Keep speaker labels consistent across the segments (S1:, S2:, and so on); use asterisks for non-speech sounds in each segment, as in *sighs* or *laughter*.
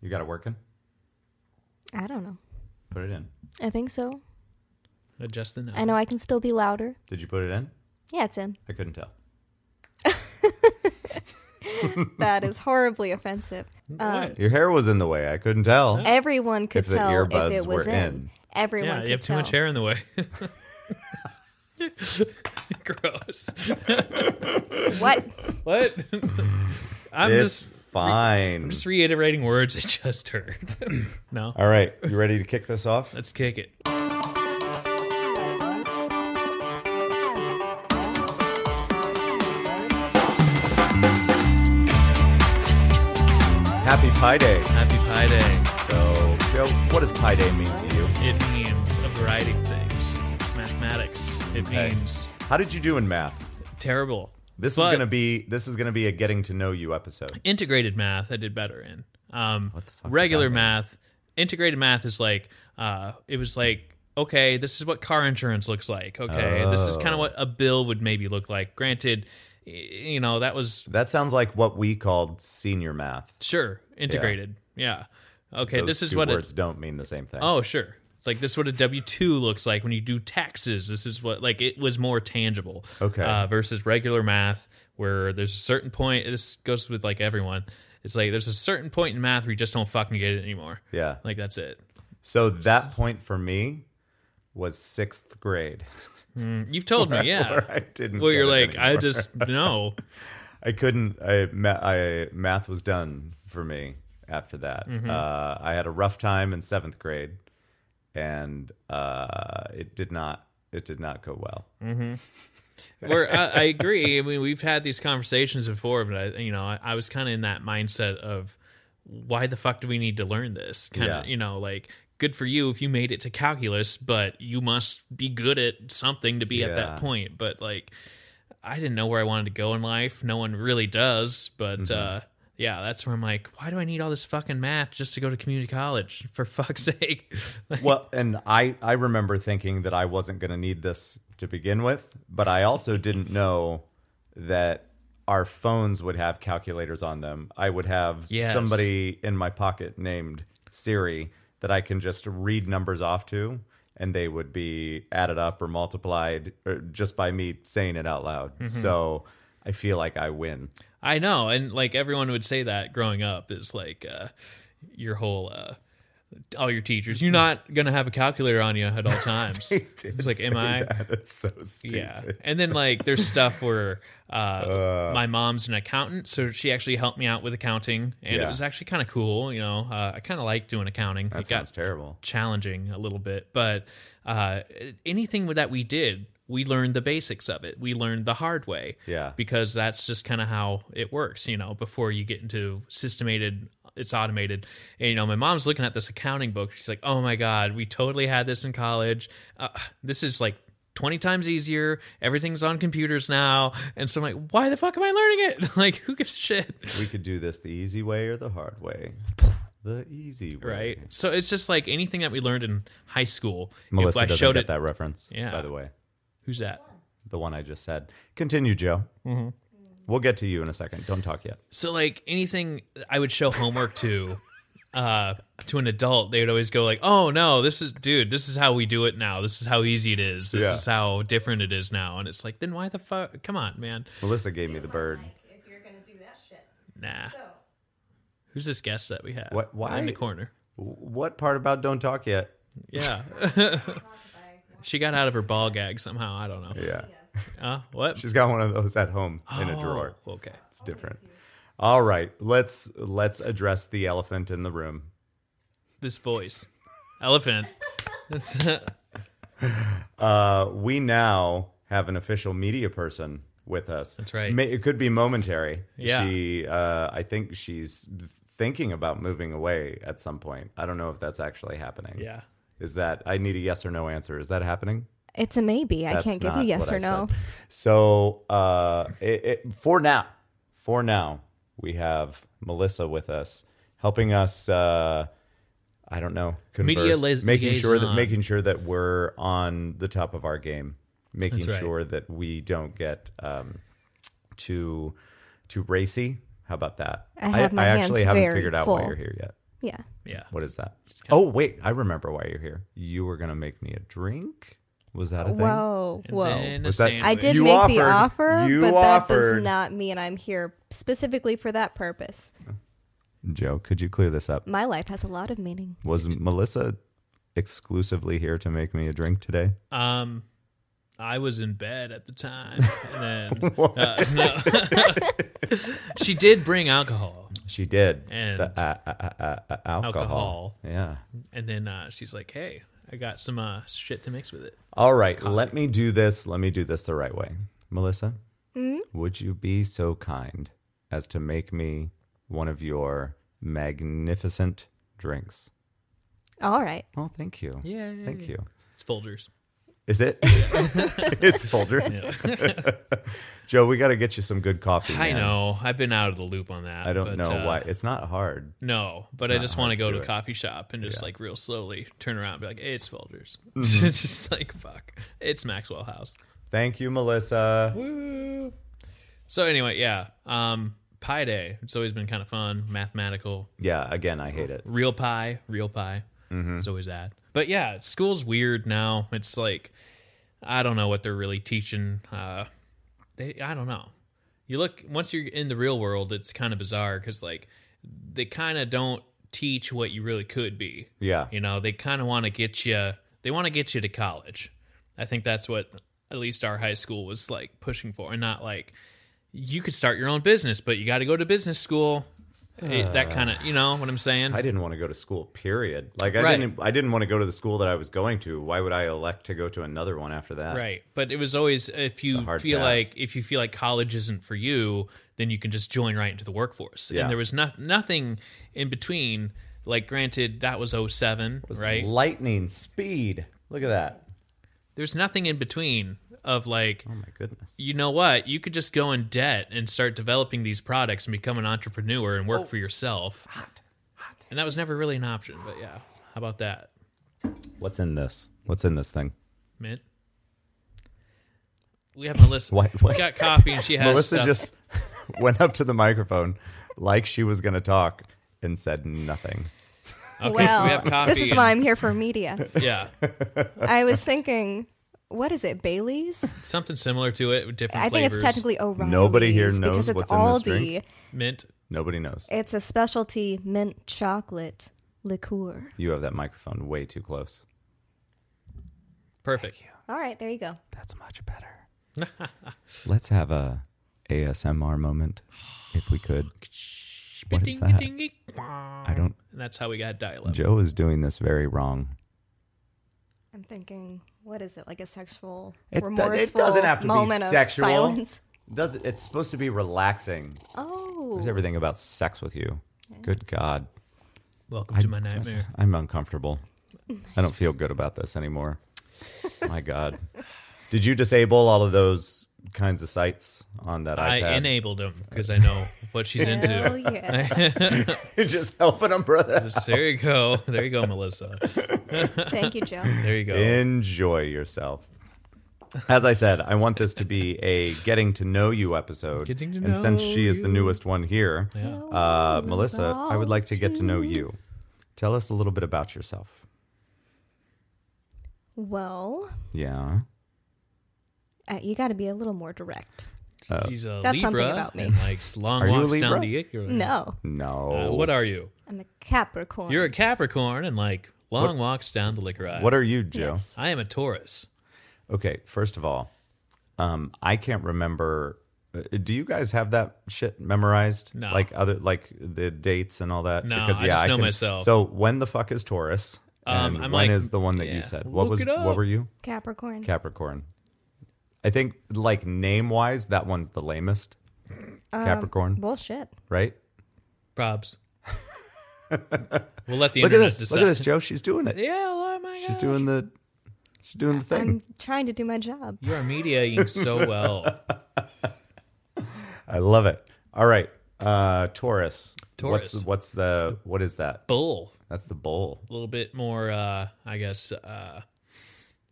S1: You got it working?
S2: I don't know.
S1: Put it in.
S2: I think so.
S3: Adjust the note.
S2: I know I can still be louder.
S1: Did you put it in?
S2: Yeah, it's in.
S1: I couldn't tell.
S2: That is horribly
S3: *laughs*
S2: offensive.
S3: What?
S1: Your hair was in the way. I couldn't tell.
S2: Everyone could
S1: If the
S2: tell
S1: earbuds
S2: if it was
S1: were
S2: in.
S1: in.
S2: Everyone
S3: yeah,
S2: could
S3: you have too
S2: tell.
S3: much hair in the way. *laughs* Gross. *laughs*
S2: What?
S3: What? I'm
S1: it's
S3: just
S1: fine.
S3: just reiterating words I just
S1: *coughs*
S3: heard. no.
S1: All right. You ready to kick this off?
S3: Let's kick it.
S1: Happy Pi Day.
S3: Happy Pi Day.
S1: So, Joe, what does Pi Day mean to you?
S3: It means a variety of things. It's mathematics. It
S1: Okay.
S3: means
S1: How did you do in math?
S3: terrible.
S1: This is
S3: But-
S1: gonna be this is gonna be a getting to know you episode.
S3: integrated math I did better in. Um,
S1: What the fuck does
S3: regular
S1: that mean?
S3: math, integrated math is like uh, it was like okay, this is what car insurance looks like. Okay, this is kind of what
S1: Oh.
S3: a bill would maybe look like. Granted, y- you know that was
S1: That sounds like what we called senior math.
S3: sure integrated. Yeah. Okay,
S1: Those
S3: this is
S1: two
S3: what a
S1: words don't mean the same thing.
S3: oh sure. It's like this is what a W two looks like when you do taxes. This is what like it was more tangible.
S1: Okay.
S3: Uh, versus regular math where there's a certain point. This goes with like everyone. It's like there's a certain point in math where you just don't fucking get it anymore.
S1: yeah.
S3: Like that's it.
S1: So that point for me was sixth grade. *laughs*
S3: Mm, You've told me, yeah.
S1: I didn't.
S3: Well,
S1: get
S3: you're
S1: it
S3: like I
S1: anymore.
S3: just no.
S1: I couldn't. I, ma- I math was done for me after that. Uh, I had a rough time in seventh grade, and uh, it did not. It did not go well.
S3: *laughs* Where I, I agree. I mean, we've had these conversations before, but I, you know, I, I was kind of in that mindset of why the fuck do we need to learn this? Kind
S1: Yeah.
S3: of, you know, like good for you if you made it to calculus, but you must be good at something to be at
S1: Yeah.
S3: that point. But like, I didn't know where I wanted to go in life. No one really does. But
S1: Mm-hmm.
S3: uh, yeah, that's where I'm like, why do I need all this fucking math just to go to community college? For fuck's *laughs* sake. Like,
S1: Well, and I I remember thinking that I wasn't going to need this to begin with, but I also didn't know that our phones would have calculators on them. I would have
S3: Yes.
S1: somebody in my pocket named Siri that I can just read numbers off to and they would be added up or multiplied or just by me saying it out loud.
S3: Mm-hmm.
S1: So I feel like I win.
S3: I know, and like everyone would say that growing up is like uh, your whole uh, all your teachers. You're not gonna have a calculator on you at
S1: *laughs*
S3: all times.
S1: It's
S3: was like, am I-
S1: That's so stupid.
S3: yeah, and then like there's stuff where uh, my mom's an accountant, so she actually helped me out with accounting, and
S1: Yeah.
S3: it was actually kind of cool. You know, uh, I kind of like doing accounting.
S1: That
S3: it got
S1: sounds terrible.
S3: challenging a little bit, but uh, anything that we did, we learned the basics of it. We learned the hard way.
S1: Yeah.
S3: Because that's just kind of how it works, you know, before you get into systemated, it's automated. And, you know, my mom's looking at this accounting book. She's like, oh my God, we totally had this in college. Uh, this is like, 20 times easier. Everything's on computers now. And so I'm like, why the fuck am I learning it? *laughs* like, who gives a shit?
S1: we could do this the easy way or the hard way. The easy way.
S3: Right. So it's just like anything that we learned in high school.
S1: Melissa
S3: if I
S1: doesn't
S3: showed
S1: get
S3: it,
S1: that reference,
S3: Yeah.
S1: by the way.
S3: who's that?
S1: The one I just said. Continue, Joe.
S3: Mm-hmm.
S1: We'll get to you in a second. Don't talk yet.
S3: So like anything I would show homework to *laughs* uh to an adult, they would always go like, "Oh no, this is dude, this is how we do it now. This is how easy it is. This
S1: Yeah.
S3: is how different it is now." And it's like, "Then why the fuck? Come on, man."
S1: Melissa gave me the bird.
S4: if you're gonna do that shit.
S3: Nah.
S4: So
S3: Who's this guest that we have?
S1: What- why-
S3: in the corner?
S1: What part about don't talk yet?
S3: Yeah. *laughs* she got out of her ball gag somehow, I don't know.
S1: Yeah.
S3: Uh, what?
S1: She's got one of those at home in a drawer.
S3: Oh, okay.
S1: It's different. All right. Let's let's address the elephant in the room.
S3: This voice. Elephant. *laughs* That's-
S1: Uh, we now have an official media person with us. That's
S3: right.
S1: it could be momentary.
S3: Yeah.
S1: She, uh, I think she's thinking about moving away at some point. I don't know if that's actually happening.
S3: yeah.
S1: Is that, I need a yes or no answer. Is that happening?
S2: It's a maybe. I
S1: That's
S2: can't give you
S1: not
S2: yes
S1: what
S2: or
S1: I
S2: no.
S1: said. So, uh, it, it, for now, for now, we have Melissa with us helping us, uh, I don't know.
S3: Media
S1: converse,
S3: lis-
S1: making sure that
S3: liaison.
S1: making sure that we're on the top of our game, making
S3: That's right.
S1: sure that we don't get um, too too racy. How about that?
S2: I have my
S1: actually
S2: hands
S1: haven't
S2: very
S1: figured out why
S2: full.
S1: you're here yet.
S2: Yeah.
S3: Yeah.
S1: What is that? Oh, wait. I remember why you're here. You were going to make me a drink. Was that a thing?
S2: Whoa.
S3: And
S2: Whoa.
S3: then a
S1: Oh, Was that-
S2: I
S3: sandwich.
S2: did
S1: You
S2: make the
S1: offered.
S2: offer,
S1: You
S2: but that
S1: offered.
S2: does not mean I'm here specifically for that purpose.
S1: Joe, could you clear this up?
S2: My life has a lot of meaning.
S1: Was Melissa exclusively here to make me a drink today?
S3: Um, I was in bed at the time,
S1: *laughs*
S3: and then uh, no. *laughs* she did bring alcohol,
S1: She did.
S3: And-
S1: The, uh, uh, uh, uh, uh, alcohol.
S3: Alcohol.
S1: Yeah.
S3: and then uh, she's like, "Hey, I got some uh, shit to mix with it."
S1: All right. Let me do this. Let me do this the right way. Melissa,
S2: Hmm?
S1: would you be so kind as to make me one of your magnificent drinks?
S2: All right.
S1: Oh, thank you.
S3: Yeah,
S1: Thank you.
S3: It's Folgers.
S1: Is it? *laughs* it's Folgers. *laughs* Joe, we got to get you some good coffee.
S3: I
S1: man.
S3: know. I've been out of the loop on that.
S1: I don't
S3: but,
S1: know
S3: uh,
S1: why. It's not hard.
S3: No, but I
S1: not
S3: just
S1: hard
S3: want to
S1: to
S3: go
S1: do
S3: to a
S1: it.
S3: coffee shop and just
S1: Yeah. Mm-hmm.
S3: like real slowly turn around and be like, hey, it's Folgers. *laughs* just like, fuck. It's Maxwell House.
S1: Thank you, Melissa.
S3: So anyway, yeah. Um, Pi Day. It's always been kind of fun, mathematical.
S1: Yeah, again, I hate it.
S3: Real pie, real pie. It's always that. But yeah, school's weird now. It's like, I don't know what they're really teaching. Uh, they, I don't know. You look, once you're in the real world, it's kind of bizarre because like they kind of don't teach what you really could be.
S1: Yeah.
S3: You know, they kind of want to get you. They want to get you to college. I think that's what at least our high school was like pushing for, and not like you could start your own business, but you got to go to business school. It- that kind of, you know what I'm saying?
S1: I didn't want to go to school. Period. Like I
S3: Right.
S1: didn't. I didn't want to go to the school that I was going to. Why would I elect to go to another one after that?
S3: right. But it was always if you
S1: Uh, hard
S3: feel
S1: pass.
S3: like if you feel like college isn't for you, then you can just join right into the workforce.
S1: Yeah.
S3: And there was no, nothing in between. Like, granted, that was 07,
S1: It's
S3: right?
S1: Lightning speed. Look at that.
S3: There's nothing in between of like
S1: Oh my goodness.
S3: you know what? You could just go in debt and start developing these products and become an entrepreneur and work
S1: Oh.
S3: for yourself.
S1: Hot. Hot.
S3: And that was never really an option. But yeah, how about that,
S1: What's in this? What's in this thing?
S3: Mint? We have Melissa.
S1: Why- what?
S3: We got coffee and she has
S1: Melissa
S3: stuff.
S1: just *laughs* went up to the microphone like she was going to talk and said nothing.
S3: Okay,
S2: well,
S3: so we have coffee.
S2: this is
S3: and-
S2: why I'm here for media.
S3: yeah,
S2: I was thinking, what is it, Bailey's?
S3: something similar to it with different
S2: I think
S3: flavors.
S2: it's technically O'Reilly's.
S1: Nobody here knows
S2: because it's
S1: what's in this
S2: Aldi.
S1: drink.
S3: mint.
S1: Nobody knows.
S2: It's a specialty mint chocolate liqueur.
S1: You have that microphone way too close.
S3: Perfect.
S2: All right, there you go.
S1: That's much better.
S3: *laughs*
S1: Let's have a ASMR moment if we could. What is that? I don't
S3: And that's how we got dial up.
S1: Joe is doing this very wrong.
S2: I'm thinking, what is it? Like a sexual
S1: It do- it
S2: remorseful
S1: doesn't have to be
S2: moment of
S1: sexual.
S2: silence.
S1: Does it, it's supposed to be relaxing.
S2: Oh,
S1: There's everything about sex with you. Good God.
S3: Welcome to my nightmare.
S1: I'm uncomfortable. I don't feel good about this
S3: *laughs*
S1: anymore. My God. Did you disable all of those kinds of sites on that
S3: I
S1: iPad?
S3: enabled him because I know what she's
S2: *laughs*
S3: into.
S2: hell yeah!
S1: *laughs* Just helping them, brother.
S3: *laughs* There you go. There you go, Melissa.
S2: Thank you,
S1: *laughs*
S2: Joe.
S3: There you go.
S1: Enjoy yourself. As I said, I want this to be a getting to know you episode.
S3: Getting to
S1: and since
S3: know
S1: she is the
S3: you.
S1: newest one here, uh, Melissa, I would like to get to know you. Tell us a little bit about yourself.
S2: Well,
S1: Yeah.
S2: uh, you got to be a little more direct.
S3: She's a
S2: That's something
S3: Libra
S2: about me.
S3: and likes long
S1: Are you a
S3: walks down
S1: Libra?
S3: the Icarus.
S2: No,
S1: No.
S3: Uh, what are you?
S2: I'm a Capricorn.
S3: You're a Capricorn and like long walks down the liquor aisle.
S1: what are you, Joe?
S2: yes.
S3: I am a Taurus.
S1: Okay, first of all, um, I can't remember. uh, Do you guys have that shit memorized?
S3: No.
S1: Like other like the dates and all that.
S3: No, I just know myself.
S1: So when the fuck is Taurus?
S3: Um,
S1: and
S3: I'm
S1: when
S3: like-
S1: is the one that
S3: yeah,
S1: you said? What
S3: look
S1: was
S3: it up.
S1: what were you?
S2: Capricorn.
S1: Capricorn. I think like name wise, that one's the lamest. Capricorn,
S2: Bullshit.
S1: right? *laughs*
S3: Probs. we'll let the
S1: Look at
S3: internet
S1: this!
S3: decide.
S1: Look at this, Joe. She's doing it.
S3: Yeah, oh my
S1: She's
S3: God.
S1: doing the. She's doing the thing.
S2: I'm trying to do my job.
S3: You are mediating so well.
S1: *laughs* I love it. All right, uh, Taurus.
S3: Taurus.
S1: What's what's the what is that?
S3: Bull.
S1: That's the bowl.
S3: A little bit more, uh, I guess, uh,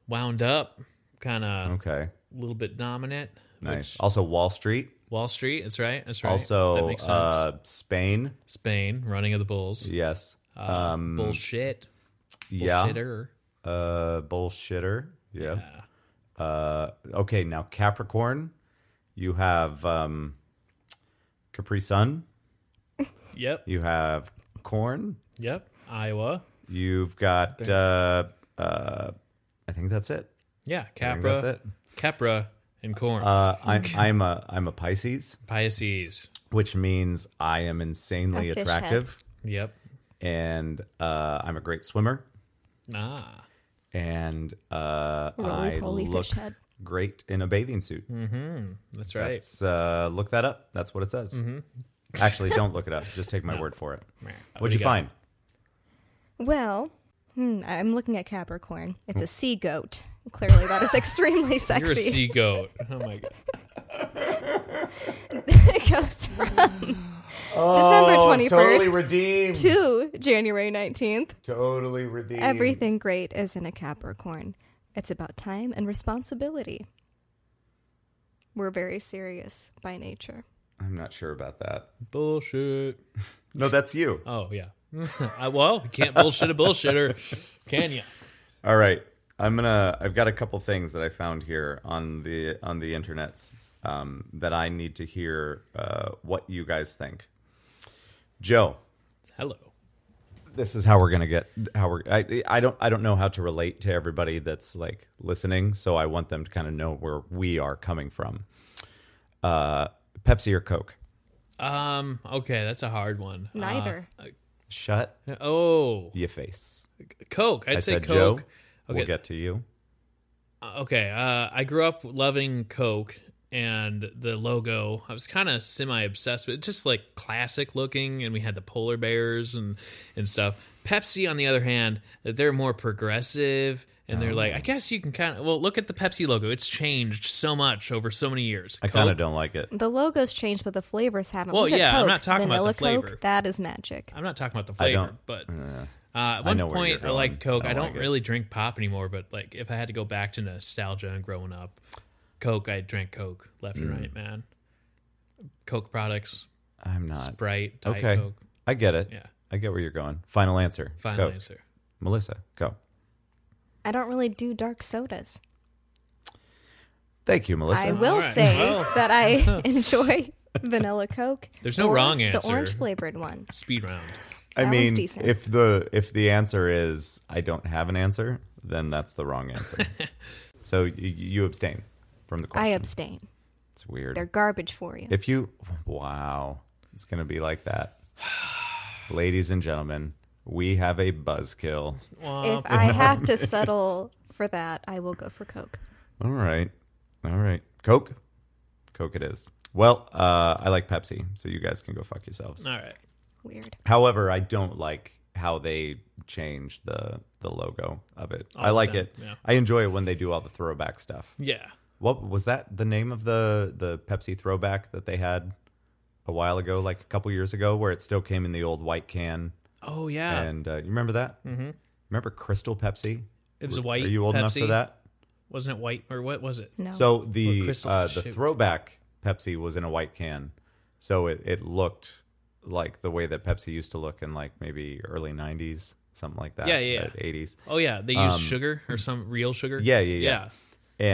S3: wound up, kind of a
S1: Okay.
S3: little bit dominant.
S1: Nice. also, Wall Street.
S3: Wall Street. That's right. That's right.
S1: Also,
S3: that makes sense.
S1: uh, Spain.
S3: Spain, running of the bulls.
S1: Yes.
S3: Uh, bullshit.
S1: um, Yeah.
S3: Bullshitter.
S1: Uh, bullshitter. Yeah. Uh, okay, now Capricorn, you have um, Capri Sun,
S3: Yep.
S1: you have corn,
S3: Yep. Iowa.
S1: you've got. Uh, uh, I think that's it.
S3: Yeah.
S1: I think
S3: Capra.
S1: that's it.
S3: Capra and corn.
S1: Uh, I'm I'm a I'm a Pisces,
S3: Pisces.
S1: which means I am insanely
S2: A fish
S1: attractive,
S3: Yep.
S1: and uh, I'm a great swimmer,
S3: Ah.
S1: and uh, I
S2: Roly-poly
S1: look
S2: fish head.
S1: great in a bathing suit.
S3: That's Mm. right. Mm-hmm.
S1: That's, uh, look that up. That's what it says. Actually, don't look it up. Just take my word for it.
S3: What
S1: What'd
S3: do
S1: you
S3: got?
S1: find?
S2: Well, hmm, I'm looking at Capricorn. It's a sea goat. Clearly,
S3: *laughs*
S2: that is extremely
S3: Oh. You're a
S2: sexy.
S3: sea goat. Oh my god.
S2: *laughs* it
S3: *laughs*
S2: goes from December 21st
S1: Oh, redeemed.
S2: to January 19th.
S1: totally redeemed.
S2: Everything great is in a Capricorn. It's about time and responsibility. We're very serious by nature.
S1: I'm not sure about that.
S3: Bullshit.
S1: No, that's you.
S3: Oh yeah. *laughs* I, well, you can't bullshit a bullshitter, can you?
S1: All right. I'm gonna. I've got a couple things that I found here on the on the internets um, that I need to hear uh, what you guys think. Joe,
S3: Hello.
S1: this is how we're gonna get how we're I, I don't i don't know how to relate to everybody that's like listening so i want them to kind of know where we are coming from uh pepsi or coke
S3: Um. Okay, that's a hard one. Uh,
S2: Neither.
S1: shut
S3: oh,
S1: your face
S3: Coke. I'd
S1: i
S3: say
S1: said
S3: Coke.
S1: joe
S3: okay.
S1: we'll get to you
S3: Okay, uh, I grew up loving Coke and the logo. I was kind of semi obsessed with it, just like classic looking, and we had the polar bears and and stuff. Pepsi, on the other hand, they're more progressive, and they're
S1: Oh.
S3: like, I guess you can kind of well look at the Pepsi logo. It's changed so much over so many years.
S1: i kind of don't like it
S2: the logo's changed, but the flavors haven't.
S3: Well,
S2: Look at
S3: yeah, I'm
S2: Coke.
S3: not talking about the
S2: Vanilla
S3: flavor.
S2: Coke, that is magic.
S3: I'm not talking about the
S1: I
S3: flavor,
S1: don't-
S3: but
S1: Uh,
S3: Uh, at one
S1: know where you're
S3: point, I liked
S1: going.
S3: Coke.
S1: I
S3: I
S1: don't
S3: don't,
S1: like it.
S3: really drink pop anymore, but like if I had to go back to nostalgia and growing up, Coke, I drank Coke left
S1: Mm.
S3: and right, man. Coke products,
S1: i'm not
S3: Sprite, Diet
S1: okay
S3: Coke.
S1: i get it
S3: Yeah.
S1: i get where you're going final answer
S3: Final
S1: Coke.
S3: answer.
S1: melissa go
S2: I don't really do dark sodas.
S1: thank you melissa
S2: I will
S3: right.
S2: say
S3: Well.
S2: that
S3: *laughs*
S2: I enjoy vanilla Coke.
S3: There's no
S2: or
S3: wrong answer.
S2: The orange flavored one.
S3: Speed round.
S1: I
S2: That one's
S1: mean,
S2: decent.
S1: if the if the answer is I don't have an answer, then that's the wrong
S2: *laughs*
S1: answer. so you, you abstain from the question.
S2: I abstain.
S1: It's weird.
S2: They're garbage for you.
S1: if you wow, it's gonna be like
S2: *sighs*
S1: that, ladies and gentlemen. We have a buzzkill.
S2: If
S3: *laughs*
S2: I have to settle for that, I will go for Coke.
S1: All right, all right. Coke, Coke. It is. Well, uh, I like Pepsi, so you guys can go fuck yourselves.
S3: All right.
S2: Weird.
S1: However, I don't like how they change the the logo of it. I like
S3: Oh, yeah,
S1: it.
S3: yeah.
S1: I enjoy it when they do all the throwback stuff.
S3: Yeah.
S1: What was that the name of the the Pepsi throwback that they had a while ago, like a couple years ago, where it still came in the old white can?
S3: Oh yeah.
S1: And uh, you remember that? Mm-hmm. Remember Crystal Pepsi?
S3: it was
S1: Were-
S3: a white.
S1: Are you old
S3: Pepsi.
S1: enough for that?
S3: Wasn't it white or what was it?
S2: No.
S1: So the
S3: Or Crystal,
S1: uh, the
S3: shoot.
S1: throwback Pepsi was in a white can, so it, it looked like the way that Pepsi used to look in like maybe early '90s, something like that.
S3: Yeah, yeah, yeah.
S1: '80s.
S3: Oh yeah, they used sugar or some real sugar.
S1: Um, Yeah, yeah, yeah.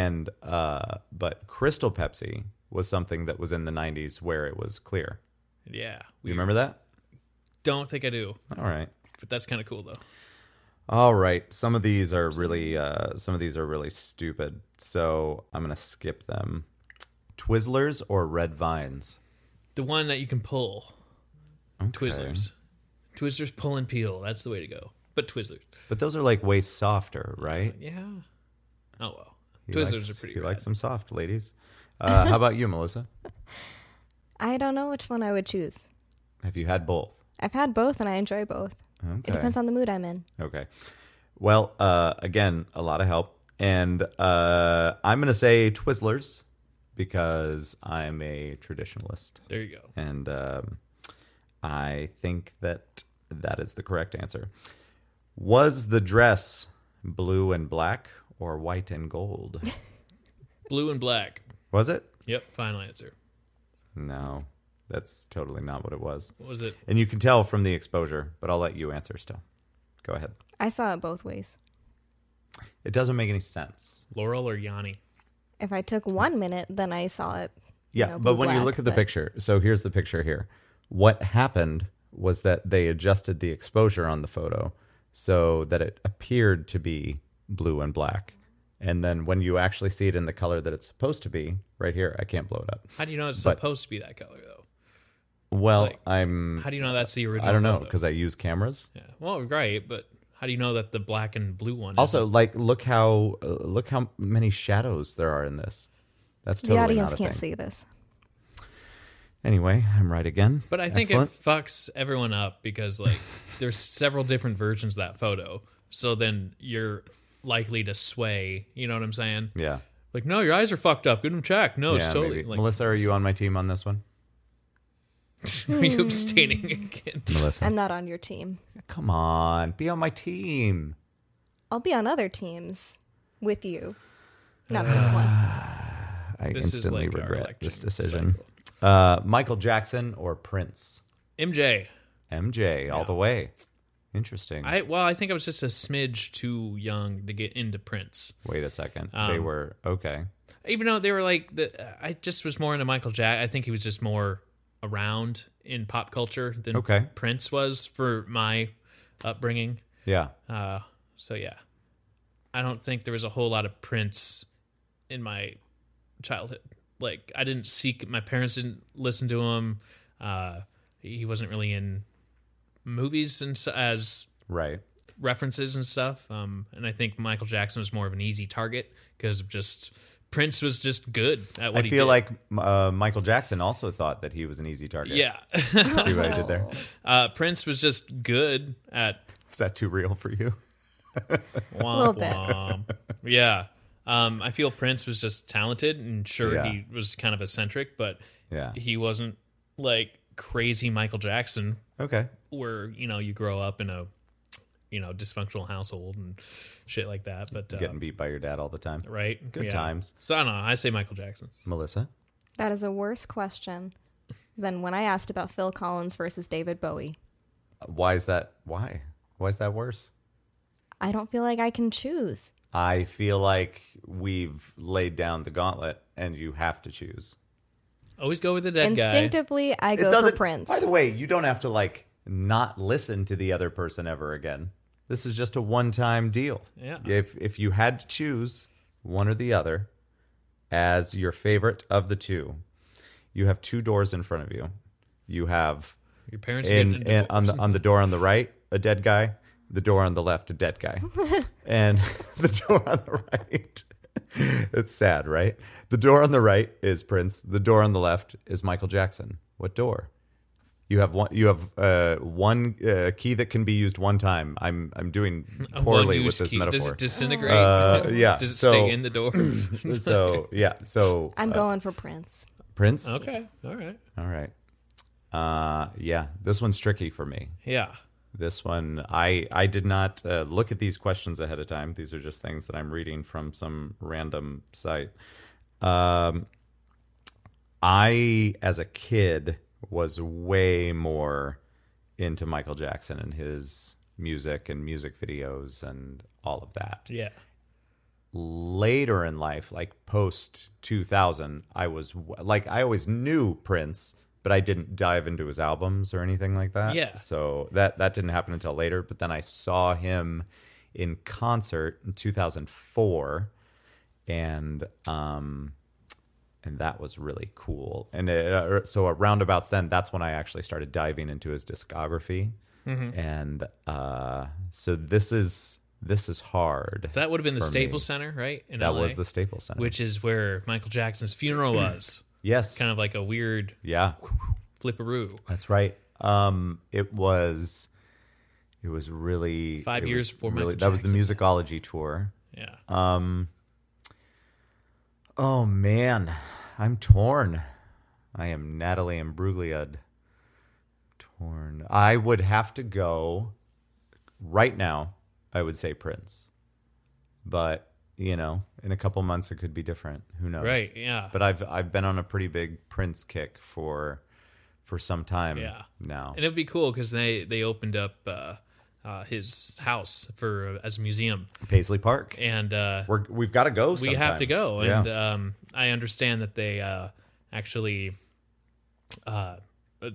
S1: And uh, but Crystal Pepsi was something that was in the '90s where it was clear.
S3: Yeah. Yeah.
S1: You remember that?
S3: Don't think I do,
S1: All right.
S3: but that's kind of cool though.
S1: All right. Some of these are really uh, some of these are really stupid, so I'm gonna skip them. Twizzlers or red vines?
S3: The one that you can pull.
S1: Okay.
S3: Twizzlers. Twizzlers pull and peel. That's the way to go. But Twizzlers.
S1: But those are like way softer, right?
S3: Yeah. Oh well.
S1: He
S3: Twizzlers
S1: likes-
S3: are pretty
S1: He
S3: bad.
S1: likes them soft, ladies. Uh, how about you, Melissa?
S2: I don't know which one I would choose.
S1: Have you had both?
S2: I've had both and I enjoy both.
S1: Okay.
S2: It depends on the mood I'm in.
S1: Okay. Well, uh, again, a lot of help. And uh, I'm going to say Twizzlers because I'm a traditionalist.
S3: There you go.
S1: And um, I think that that is the correct answer. Was the dress blue and black or white and
S2: *laughs*
S1: gold?
S3: Blue and black.
S1: Was it?
S3: Yep. Final answer.
S1: No. That's totally not what it was.
S3: What was it?
S1: And you can tell from the exposure, but I'll let you answer still. Go ahead.
S2: I saw it both ways.
S1: It doesn't make any sense.
S3: Laurel or Yanni?
S2: If I took one minute, then I saw it. you
S1: Yeah,
S2: know,
S1: but when you
S2: blue-black,
S1: look at the
S2: but-
S1: picture, so here's the picture here. What happened was that they adjusted the exposure on the photo so that it appeared to be blue and black. And then when you actually see it in the color that it's supposed to be, right here, I can't blow it up.
S3: How do you know it's
S1: But-
S3: supposed to be that color though?
S1: Well,
S3: Like,
S1: I'm
S3: How do you know that's the original?
S1: Mm. I don't know
S3: photo?
S1: because I use cameras.
S3: Yeah. Well, right, but how do you know that the black and blue one?
S1: Also, like look how uh, look how many shadows there are in this. That's totally
S2: the audience
S1: not a
S2: can't
S1: thing.
S2: see this.
S1: Anyway, I'm right again.
S3: But I think
S1: Excellent.
S3: it fucks everyone up because like
S1: *laughs*
S3: there's several different versions of that photo. So then you're likely to sway. You know what I'm saying?
S1: yeah,
S3: Like, no, your eyes are fucked up. Get them checked. No, Oh, it's
S1: yeah,
S3: totally.
S1: maybe.
S3: Like,
S1: Melissa, are you on my team on this
S3: *laughs*
S1: one?
S3: are you abstaining again?
S1: Melissa,
S2: I'm not on your team.
S1: come on, be on my team.
S2: I'll be on other teams with you.
S1: *sighs*
S2: Not this one.
S1: I
S3: This is
S1: instantly
S3: like our
S1: regret this
S3: election
S1: decision.
S3: cycle.
S1: Uh, Michael Jackson or Prince?
S3: MJ.
S1: MJ, all the way. Interesting.
S3: I well, I think I was just a smidge too young to get into Prince.
S1: Wait a second. they
S3: um,
S1: were okay.
S3: even though they were like the i just was more into michael jack i think he was just more around in pop culture than
S1: Okay.
S3: prince was for my upbringing
S1: Yeah.
S3: uh so yeah i don't think there was a whole lot of prince in my childhood like i didn't seek my parents didn't listen to him uh he wasn't really in movies and s- as
S1: Right.
S3: references and stuff. Um, and I think Michael Jackson was more of an easy target because just Prince was just good at what
S1: I
S3: he
S1: feel
S3: did.
S1: like uh, Michael Jackson also thought that he was an easy target.
S3: yeah, *laughs*
S1: See what I did there? Is
S3: uh, Prince was just good at
S1: that too real for you?
S3: womp,
S2: Little bit.
S3: womp. yeah. Um, I feel Prince was just talented and sure
S1: Yeah.
S3: he was kind of eccentric, but
S1: Yeah.
S3: he wasn't like crazy Michael Jackson
S1: Okay.
S3: where you know you grow up in a you know dysfunctional household and shit like that. But uh,
S1: Getting beat by your dad all the time.
S3: right,
S1: Good
S3: Yeah.
S1: times.
S3: So I don't know. I say Michael Jackson.
S1: Melissa?
S2: That is a worse question than when I asked about Phil Collins versus David Bowie.
S1: Why is that? Why? Why is that worse?
S2: I don't feel like I can choose.
S1: I feel like we've laid down the gauntlet and you have to choose.
S3: Always go with the dead guy.
S2: Instinctively, I go for Prince.
S1: By the way, you don't have to like not listen to the other person ever again. This is just a one-time deal.
S3: Yeah.
S1: If if you had to choose one or the other as your favorite of the two, you have two doors in front of you. You have
S3: Your parents
S1: and,
S3: getting a
S1: and on the on the door on the right a dead guy the door on the left a dead
S3: *laughs*
S1: guy and *laughs* the door on the right it's sad right the door on the right is prince the door on the left is michael jackson what door you have one you have uh, one uh, key that can be used one time i'm i'm doing
S3: *laughs* a
S1: poorly with
S3: one-use
S1: this
S3: key. Does
S1: metaphor
S3: it disintegrate?
S1: Uh, yeah,
S3: Does it
S1: so-
S3: stay in
S1: *clears throat*
S3: the door?
S1: *laughs*
S3: *laughs*
S1: so yeah so
S2: I'm going for Prince.
S1: prince
S3: okay. All right.
S1: all right uh yeah this one's tricky for me
S3: Yeah.
S1: This one, I I did not uh, look at these questions ahead of time. These are just things that I'm reading from some random site. Um, I, as a kid, was way more into Michael Jackson and his music and music videos and all of that
S3: Yeah.
S1: later in life, like post 2000, I was like, I always knew Prince, but I didn't dive into his albums or anything like that.
S3: Yeah.
S1: So that, that didn't happen until later. But then I saw him in concert in 2004. And, um, and that was really cool. And uh, so, roundabouts then, that's when I actually started diving into his discography.
S3: Mm-hmm.
S1: And uh, so this is this is hard.
S3: That would have been the
S1: for me.
S3: Staples Center, right? In
S1: That
S3: LA,
S1: was the Staples Center.
S3: which is where Michael Jackson's funeral was. *clears throat*
S1: yes,
S3: kind of like a weird
S1: yeah,
S3: flipperoo.
S1: that's right. Um, it was, it was really
S3: Five
S1: it
S3: years
S1: was
S3: before
S1: Really,
S3: Michael
S1: that was the
S3: Jackson.
S1: musicology tour. Um,
S3: Yeah.
S1: Oh man, I'm torn. I am Natalie Imbruglia. Torn. I would have to go right now. I would say Prince, but you know, in a couple months it could be different. Who knows?
S3: right. Yeah.
S1: but I've I've been on a pretty big Prince kick for for some time
S3: Yeah.
S1: now.
S3: And it would be cool because they they opened up uh, uh, his house for uh, as a museum,
S1: Paisley Park.
S3: and uh,
S1: We're, we've got to go.
S3: we have to
S1: sometime.
S3: go.
S1: Yeah.
S3: And um, I understand that they uh, actually uh,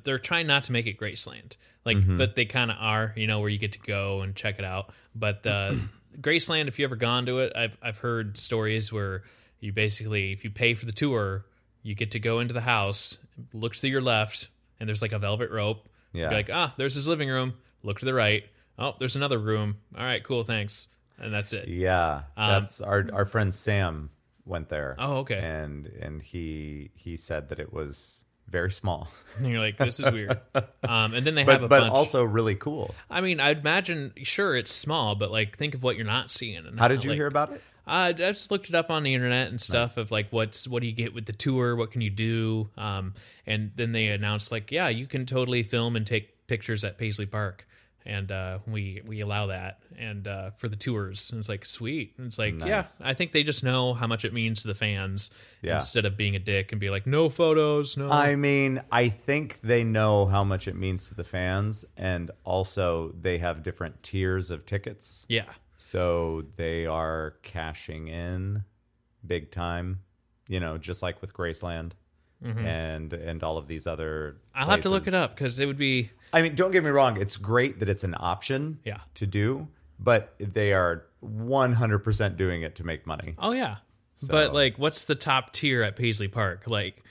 S3: they're trying not to make it Graceland, like,
S1: Mm-hmm.
S3: but they kind of are, you know, where you get to go and check it out. But uh, *clears throat* Graceland, if you ever gone to it, I've I've heard stories where you basically, if you pay for the tour, you get to go into the house, look to your left, and there's like a velvet rope.
S1: Yeah.
S3: You're like, ah, there's his living room. Look to the right. Oh, there's another room. All right, cool, thanks. And that's it.
S1: Yeah, that's our our friend Sam went there.
S3: um, Oh, okay.
S1: And and he he said that it was very small, *laughs*
S3: And you're like, this is weird. Um, and then they have
S1: but
S3: a
S1: but
S3: bunch.
S1: also really cool.
S3: I mean, I'd imagine, sure, it's small, but like, think of what you're not seeing. And
S1: How did you
S3: like-
S1: hear about it?
S3: I I just looked it up on the internet and stuff of like, what's what do you get with the tour? What can you do? Um, and then they announced like, yeah, you can totally film and take pictures at Paisley Park, and uh, we we allow that and uh, for the tours. And it's like sweet. And it's like, yeah,
S1: Nice.
S3: I think they just know how much it means to the fans
S1: Yeah.
S3: instead of being a dick and be like, no photos, no.
S1: I mean, I think they know how much it means to the fans, and also they have different tiers of tickets,
S3: yeah.
S1: so they are cashing in big time. You know, just like with Graceland and and all of these other.
S3: Mm-hmm. I'll have to look it
S1: places.
S3: up because it would be
S1: I mean, don't get me wrong. It's great that it's an option
S3: Yeah.
S1: to do, but they are 100% doing it to make money.
S3: Oh yeah. But
S1: So-
S3: like what's the top tier at Paisley Park? Like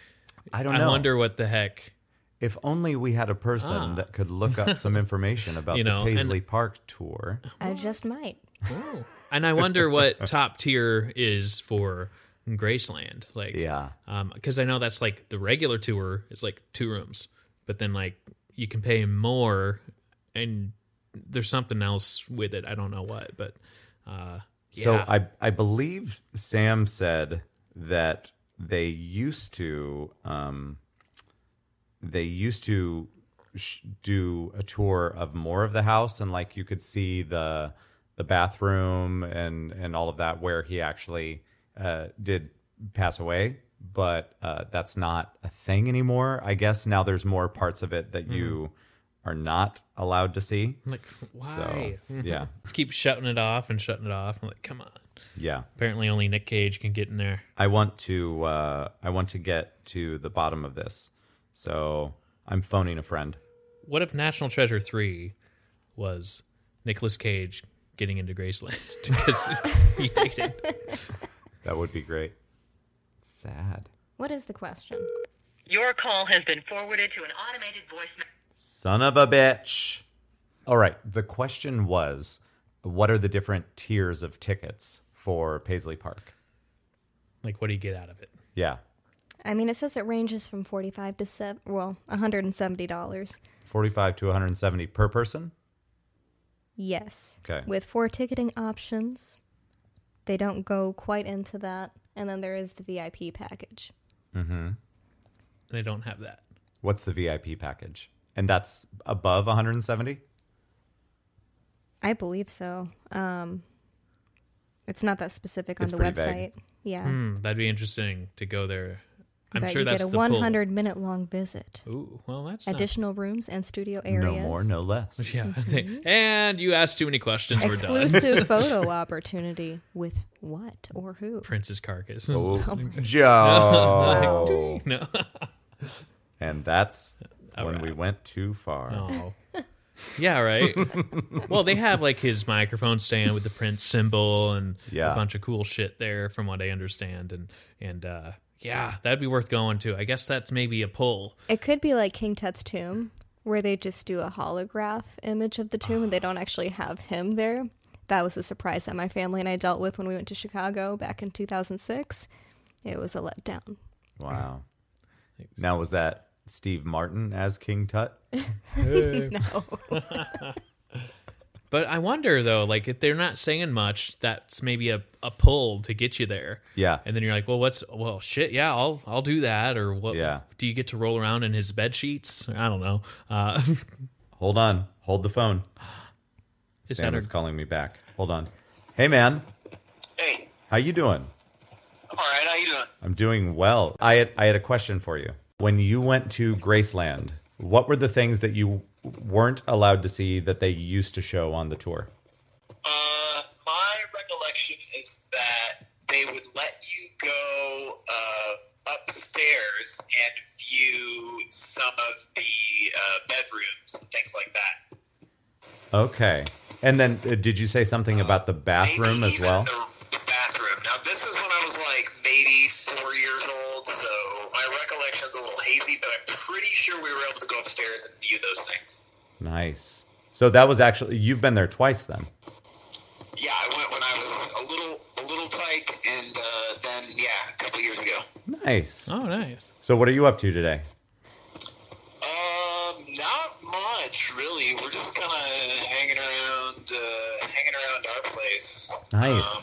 S1: I don't
S3: I,
S1: know.
S3: wonder what the heck.
S1: if only we had a person that could look up
S3: *laughs*
S1: some information about
S3: You know,
S1: the
S3: and-
S1: Paisley Park tour.
S2: I just might.
S1: Oh.
S3: And I
S1: *laughs*
S3: wonder what top tier is for Graceland. Like
S1: Yeah.
S3: Um cuz I know that's like the regular tour is like two rooms, but then like you can pay more and there's something else with it. I don't know what, but uh yeah.
S1: So I I believe Sam said that they used to um they used to sh- do a tour of more of the house and like you could see the the bathroom and and all of that where he actually uh did pass away but uh that's not a thing anymore I guess now there's more parts of it that you are not allowed to see
S3: I'm like why? *laughs*
S1: so yeah
S3: Let's keep shutting it off and shutting it off. I'm like come on.
S1: yeah
S3: Apparently only Nick Cage can get in there.
S1: I want to uh, I want to get to the bottom of this. So I'm phoning a friend.
S3: What if National Treasure Three was Nicolas Cage getting into Graceland *laughs* because
S2: *laughs*
S3: he did it?
S1: That would be great. Sad.
S2: What is the question?
S5: Your call has been forwarded to an automated voice.
S1: Son of a bitch. All right. The question was, what are the different tiers of tickets for Paisley Park?
S3: Like, what do you get out of it?
S1: Yeah,
S2: I mean, it says it ranges from forty-five to seven. Well, one hundred and seventy dollars.
S1: forty-five to one hundred and seventy per person.
S2: Yes.
S1: Okay.
S2: With four ticketing options, they don't go quite into that. And then there is the VIP package.
S3: And I don't have that.
S1: What's the VIP package? And that's above one hundred and seventy.
S2: I believe so. Um, it's not that specific on
S1: It's
S2: the
S1: pretty
S2: website.
S1: vague.
S2: Yeah.
S3: Hmm, that'd be interesting to go there. I'm
S2: but
S3: sure
S2: you
S3: that's
S2: get a
S3: the
S2: 100 minute long visit,
S3: Pull. Ooh, well, that's not-
S2: additional rooms and studio
S1: No
S2: areas.
S1: more, no less.
S3: *laughs* yeah. I think- and you asked too many questions. We're done.
S1: *laughs*
S2: Exclusive photo opportunity with what or who?
S3: Prince's carcass.
S1: Oh, Joe.
S3: *laughs* No.
S1: And that's when we went too far.
S3: Oh. *laughs* Yeah, right. well, they have like his microphone stand with the Prince symbol and
S1: Yeah.
S3: a bunch of cool shit there, from what I understand, and and uh, yeah, that'd be worth going to. I guess that's maybe a pull.
S2: It could be like King Tut's tomb, where they just do a holograph image of the tomb and they don't actually have him there. That was a surprise that my family and I dealt with when we went to Chicago back in 2006. It was a
S3: *laughs*
S2: letdown.
S1: Wow. Now was that Steve Martin as King Tut?
S2: *laughs* No.
S3: But I wonder though, like if they're not saying much, that's maybe a, a pull to get you there.
S1: Yeah.
S3: And then you're like, well, what's well, shit, yeah, I'll I'll do that, or what?
S1: Yeah.
S3: Do you get to roll around in his bed sheets? I don't know. Uh, *laughs*
S1: Hold on. Hold the phone.
S3: Is
S1: Sam
S3: that
S1: is
S3: a-
S1: calling me back. Hold on. Hey man,
S6: Hey,
S1: how you doing?
S6: all right, how you doing?
S1: I'm doing well. I had I had a question for you. When you went to Graceland, what were the things that you weren't allowed to see that they used to show on the tour?
S6: Uh, my recollection is that they would let you go uh, upstairs and view some of the uh, bedrooms and things like that.
S1: Okay. And then uh, did you say something about the bathroom
S6: Maybe
S1: as
S6: even
S1: well?
S6: The, the bathroom. Now, this is when I was like maybe four years old, so my recollection's a little hazy, but I'm pretty sure we were able to go upstairs and view those things.
S1: Nice. So that was actually you've been there twice then.
S6: Yeah, I went when I was a little a little tyke, and uh, then yeah, a couple years ago.
S1: Nice.
S3: Oh, nice.
S1: So what are you up to today?
S6: Um, not much really. We're just kind of hanging around, uh, hanging around our place.
S1: Nice.
S6: Um,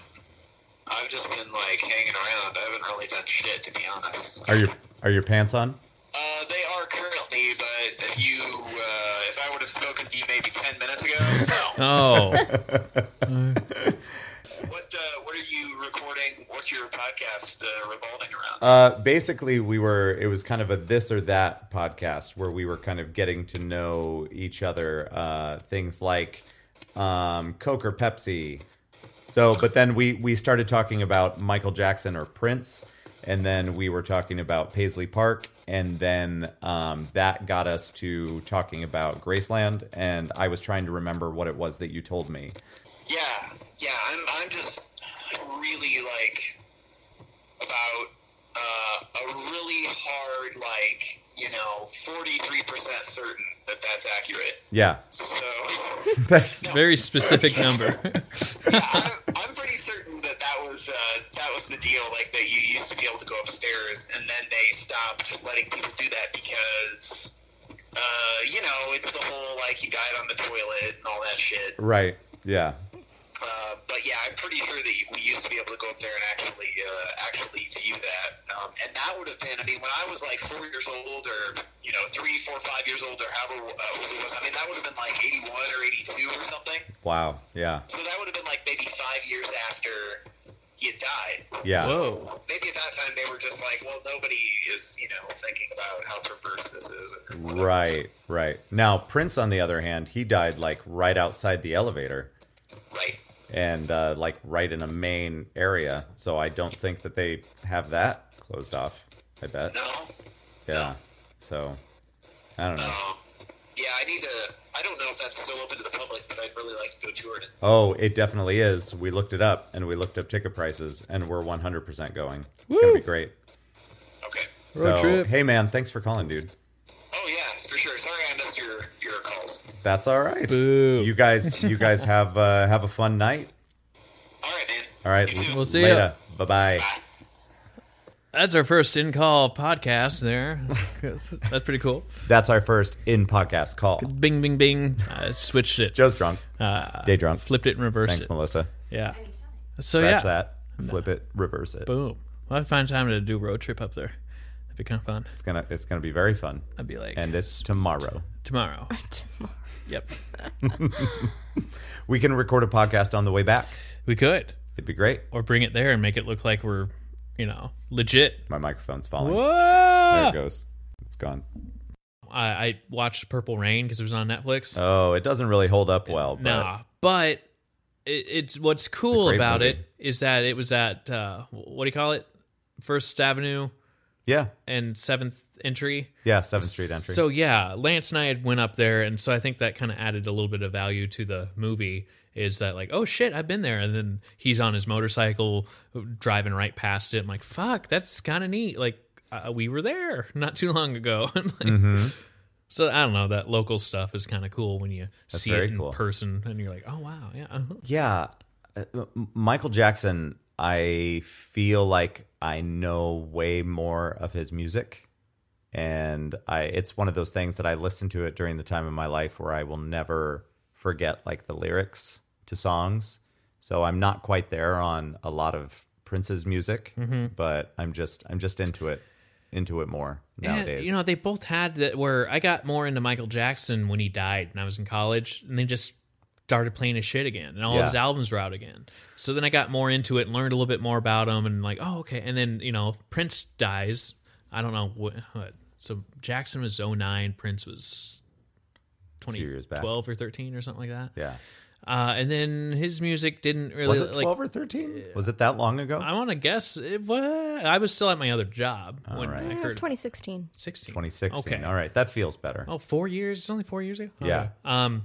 S6: I've just been like hanging around. I haven't really done shit to be honest.
S1: Are your are your pants on?
S6: Uh, they are currently, but if you, uh, if I would have spoken to you maybe ten minutes ago,
S3: *laughs*
S6: no.
S3: Oh,
S6: what, uh, what are you recording? What's your podcast uh, revolving around?
S1: Uh, basically, we were. It was kind of a this or that podcast where we were kind of getting to know each other. Uh, things like um, Coke or Pepsi. So, but then we we started talking about Michael Jackson or Prince, and then we were talking about Paisley Park, and then um, that got us to talking about Graceland. And I was trying to remember what it was that you told me.
S6: Yeah, yeah, I'm, I'm just really like about uh, a really hard, like, you know, 43% certain that that's accurate.
S1: Yeah, *laughs*
S6: So, *laughs*
S1: that's
S3: very specific number.
S6: yeah, I'm, I'm pretty certain that that was, uh, that was the deal, like, that you used to be able to go upstairs, and then they stopped letting people do that because, uh, you know, it's the whole, like, he died on the toilet and all that shit.
S1: right. Yeah,
S6: Uh, but yeah, I'm pretty sure that we used to be able to go up there and actually uh, actually view that, um, and that would have been. I mean, when I was like four years old, or you know, three, four, five years old, or however uh, old it was. I mean, that would have been like '81 or '82 or something.
S1: wow. Yeah,
S6: So that would have been like maybe five years after you died.
S1: yeah.
S3: Whoa.
S6: Maybe at that time they were just like, well, nobody is you know thinking about how perverse this is. or whatever.
S1: Right, right. Now Prince, on the other hand, he died like right outside the elevator
S6: Right.
S1: and uh, like right in a main area. So I don't think that they have that closed off. I bet.
S6: No.
S1: Yeah. So I don't know.
S6: Um, yeah, I need to. I don't know if that's still open to the public, but I'd really like to go tour it.
S1: Oh, it definitely is. We looked it up and we looked up ticket prices, and we're 100% going. It's gonna be great.
S6: Okay.
S1: So
S7: Road trip.
S1: hey, man, thanks for calling, dude.
S6: Oh yeah, for sure. Sorry, I missed your your calls.
S1: That's all right.
S7: Boo.
S1: You guys, you guys *laughs* have uh, have a fun night.
S6: All right, man.
S1: All right.
S6: You too.
S3: We'll see ya.
S1: later. Bye bye.
S3: That's our first in call podcast there. That's pretty cool.
S1: That's our first in podcast call.
S3: Bing, bing, bing. I switched it.
S1: Joe's drunk.
S3: Uh,
S1: Day drunk.
S3: flipped it and reversed
S1: Thanks,
S3: it.
S1: Melissa.
S3: Yeah. So,
S1: Scratch
S3: yeah.
S1: that. Flip it. Reverse it.
S3: Boom. Well, I'd find time to do a road trip up there. That'd be kind of fun.
S1: It's gonna. It's gonna be very fun.
S3: I'd be like,
S1: And uh, it's tomorrow.
S3: tomorrow.
S2: Tomorrow.
S3: Yep.
S1: We can record a podcast on the way back.
S3: We could.
S1: It'd be great.
S3: Or bring it there and make it look like we're, you know, legit.
S1: My microphone's falling. There
S3: Whoa!
S1: it goes. It's gone.
S3: I, I watched Purple Rain because it was on Netflix.
S1: Oh, it doesn't really hold up well. But
S3: nah, but it, it's what's cool
S1: great
S3: about
S1: movie.
S3: it is that it was at uh, what do you call it? First Avenue
S1: yeah,
S3: and Seventh Entry.
S1: yeah. Seventh Street entry.
S3: So yeah, Lance and I had went up there, and so I think that kind of added a little bit of value to the movie. Is that like, oh shit, I've been there, and then he's on his motorcycle driving right past it. I'm like, fuck, that's kind of neat. Like uh, we were there *laughs* not too long ago. *laughs* And, like,
S1: Mm-hmm.
S3: So I don't know that local stuff is kind of cool when you see
S1: very
S3: it in
S1: cool.
S3: person, and you're like, oh wow, yeah, *laughs* uh-huh."
S1: yeah, Uh, M- Michael Jackson. I feel like I know way more of his music, and I. It's one of those things that I listened to it during the time of my life where I will never forget like the lyrics to songs. So I'm not quite there on a lot of Prince's music,
S3: Mm-hmm.
S1: but I'm just I'm just into it, into it more
S3: Yeah,
S1: nowadays.
S3: Eh, you know, they both had that where I got more into Michael Jackson when he died and I was in college, and they just started playing his shit again, and all
S1: Yeah.
S3: of his albums were out again. So then I got more into it and learned a little bit more about him, and like, oh, okay. And then, you know, Prince dies. I don't know what, what So Jackson was 09, Prince was
S1: Few years back.
S3: 2012 or 13 or something like that.
S1: Yeah.
S3: Uh, and then his music didn't really
S1: Was it
S3: like eh,
S1: 12 or 13? Was it that long ago?
S3: I want to guess it was, I was still at my other job when
S1: right.
S3: I
S2: It was
S3: heard
S2: 2016.
S3: 16.
S1: 2016.
S3: Okay.
S1: All right. That feels better.
S3: Oh, four years? It's only four years ago?
S1: Yeah.
S3: Okay. Um,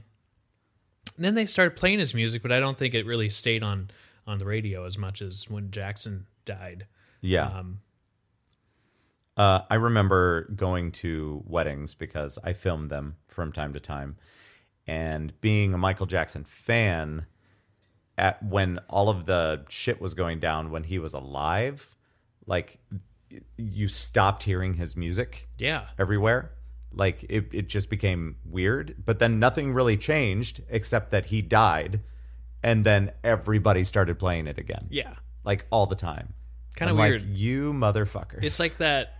S3: then they started playing his music, but I don't think it really stayed on, on the radio as much as when Jackson died.
S1: yeah.
S3: Um,
S1: Uh, I remember going to weddings because I filmed them from time to time. And being a Michael Jackson fan, at when all of the shit was going down when he was alive, like y- you stopped hearing his music
S3: yeah.
S1: everywhere. Like it, it just became weird. But then nothing really changed except that he died. And then everybody started playing it again.
S3: Yeah.
S1: Like all the time.
S3: Kinda
S1: I'm like,
S3: weird.
S1: you motherfuckers.
S3: It's like that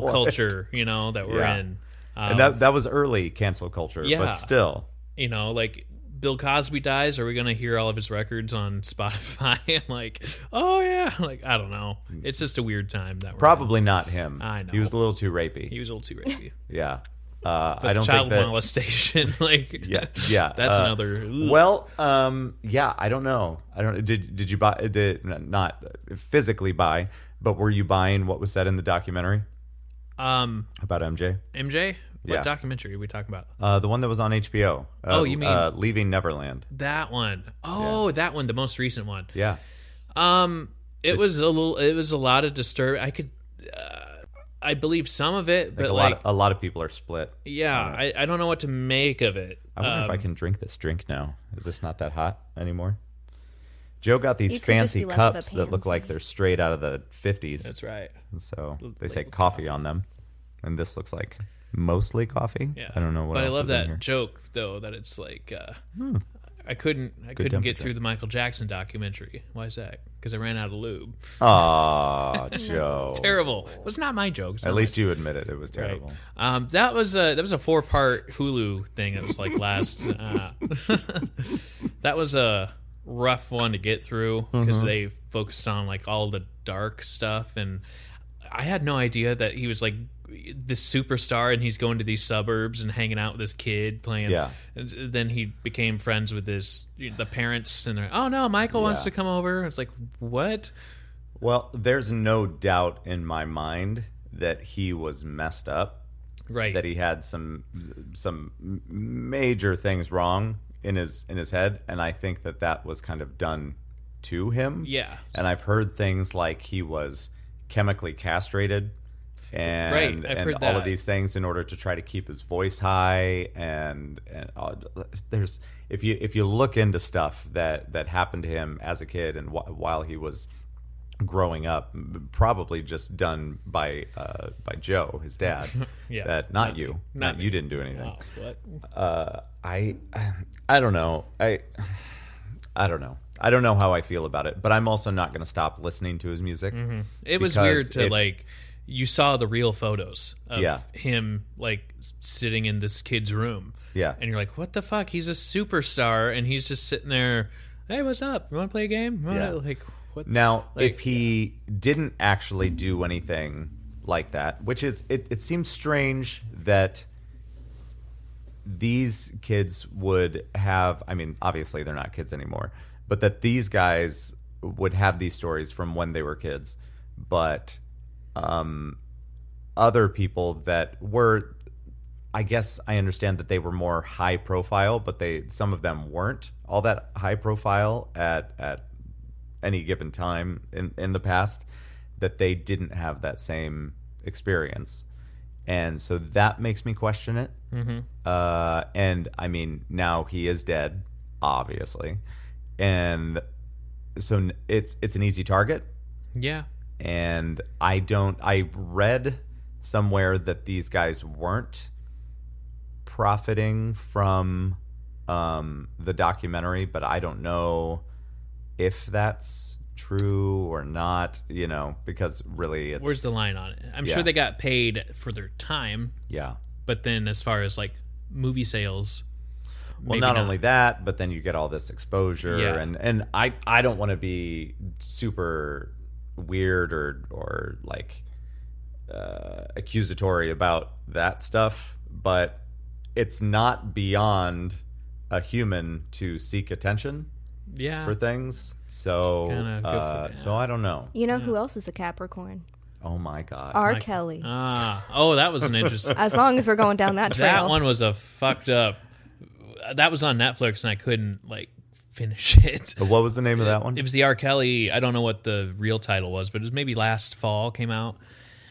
S1: *laughs* What?
S3: culture, you know, that we're
S1: Yeah.
S3: in.
S1: and that that was early cancel culture,
S3: Yeah.
S1: but still,
S3: you know, like Bill Cosby dies, are we gonna hear all of his records on *laughs* Spotify? and like, oh yeah, *laughs* like I don't know. It's just a weird time that we're in.
S1: probably not him.
S3: I know.
S1: he was a little too rapey.
S3: he was a little too rapey.
S1: yeah, uh, I
S3: The
S1: don't
S3: child
S1: think that.
S3: molestation, *laughs* like
S1: *laughs* Yeah, yeah.
S3: *laughs* that's
S1: uh,
S3: another.
S1: Well, um, yeah, I don't know. I don't. Did did you buy? Did not physically buy, but were you buying what was said in the documentary
S3: um,
S1: about MJ?
S3: MJ, what
S1: Yeah.
S3: documentary are we talking about?
S1: Uh, the one that was on HBO. Uh,
S3: Oh, you mean-
S1: uh, Leaving Neverland?
S3: That one. Oh, that one, the most recent one.
S1: Yeah,
S3: Um, it was a little. It was a lot of disturb. I could. Uh, I believe some of it,
S1: like
S3: but
S1: a
S3: like,
S1: lot. A lot of people are split.
S3: yeah, I, I don't know what to make of it. Uh,
S1: I wonder
S3: Um,
S1: if I can drink this drink now. Is this not that hot anymore? Joe got these
S2: You could just
S1: fancy
S2: be less of a
S1: cups that look
S2: pansy.
S1: like they're straight out of the 50s.
S3: That's right.
S1: And so they say coffee on them. And this looks like mostly coffee.
S3: Yeah.
S1: I don't know what
S3: But
S1: else
S3: I love
S1: is in
S3: that *laughs*
S1: here. Hmm.
S3: joke though that it's like uh, I couldn't I couldn't get
S1: temperature.
S3: through the Michael Jackson documentary. Why is that? Because I ran out of lube.
S1: Oh.
S2: *laughs*
S1: Aw, Ah, Joe.
S3: Terrible. It was not my joke. It's
S1: At
S3: not
S1: least you admitted it was
S3: my-
S1: terrible.
S3: Um, that was a that was a four part Hulu thing that was like last. Uh, *laughs* that was a rough one to get through because
S1: Uh-huh.
S3: they focused on like all the dark stuff, and I had no idea that he was like this superstar and he's going to these suburbs and hanging out with this kid playing.
S1: Yeah.
S3: And then he became friends with this the parents and they're oh no Michael wants
S1: Yeah.
S3: to come over. It's like what?
S1: Well, there's no doubt in my mind that he was messed up
S3: Right.
S1: that he had some some m- major things wrong in his in his head and i think that that was kind of done to him
S3: yeah.
S1: and i've heard things like he was chemically castrated and
S3: Right, I've
S1: and
S3: heard
S1: all of
S3: that.
S1: these things in order to try to keep his voice high and and all, there's if you if you look into stuff that that happened to him as a kid and wh- while he was growing up probably just done by uh, by Joe his dad
S3: *laughs* Yeah.
S1: that not you
S3: Not
S1: not,
S3: me.
S1: you didn't do anything
S3: Wow, Oh, what?
S1: I I don't know I I don't know I don't know how I feel about it but I'm also not going to stop listening to his music
S3: It was
S1: because
S3: weird to
S1: it-
S3: like you saw the real photos of
S1: Yeah.
S3: him like s- sitting in this kid's room.
S1: Yeah.
S3: And you're like, "What the fuck? He's a superstar and he's just sitting there, "Hey, what's up? You want to play a game?"
S1: Yeah.
S3: Like what
S1: Now,
S3: Like-
S1: if he didn't actually do anything like that, which is, it, it seems strange that these kids would have, I mean, obviously they're not kids anymore, but that these guys would have these stories from when they were kids, but um, other people that were. I guess I understand that they were more high profile, but they some of them weren't all that high profile at at any given time in, in the past that they didn't have that same experience. And so that makes me question it. Mm-hmm. Uh, and I mean, now he is dead, obviously. And so n- it's it's an easy target.
S3: Yeah.
S1: And I don't, I read somewhere that these guys weren't profiting from um, the documentary, but I don't know if that's true or not, you know, because really it's.
S3: Where's the line on it? I'm
S1: Yeah.
S3: sure they got paid for their time,
S1: Yeah.
S3: but then as far as like movie sales,
S1: Well, not, only that, but then you get all this exposure,
S3: Yeah.
S1: and and I I don't want to be super weird or or like uh, accusatory about that stuff, but it's not beyond a human to seek attention
S3: Yeah.
S1: for things. So,
S3: Kinda go for
S1: uh,
S3: that.
S1: so I don't know.
S2: You know who else is a Capricorn?
S1: Oh my god!
S2: R. Kelly.
S3: ah. Oh, that was
S1: *laughs*
S3: an interesting.
S2: as long as we're going down that trail.
S3: *laughs* that one was a fucked up. That was on Netflix, and I couldn't like finish *laughs* it.
S1: what was the name of that one?
S3: It was the R. Kelly. I don't know what the real title was, but it was maybe last fall came out,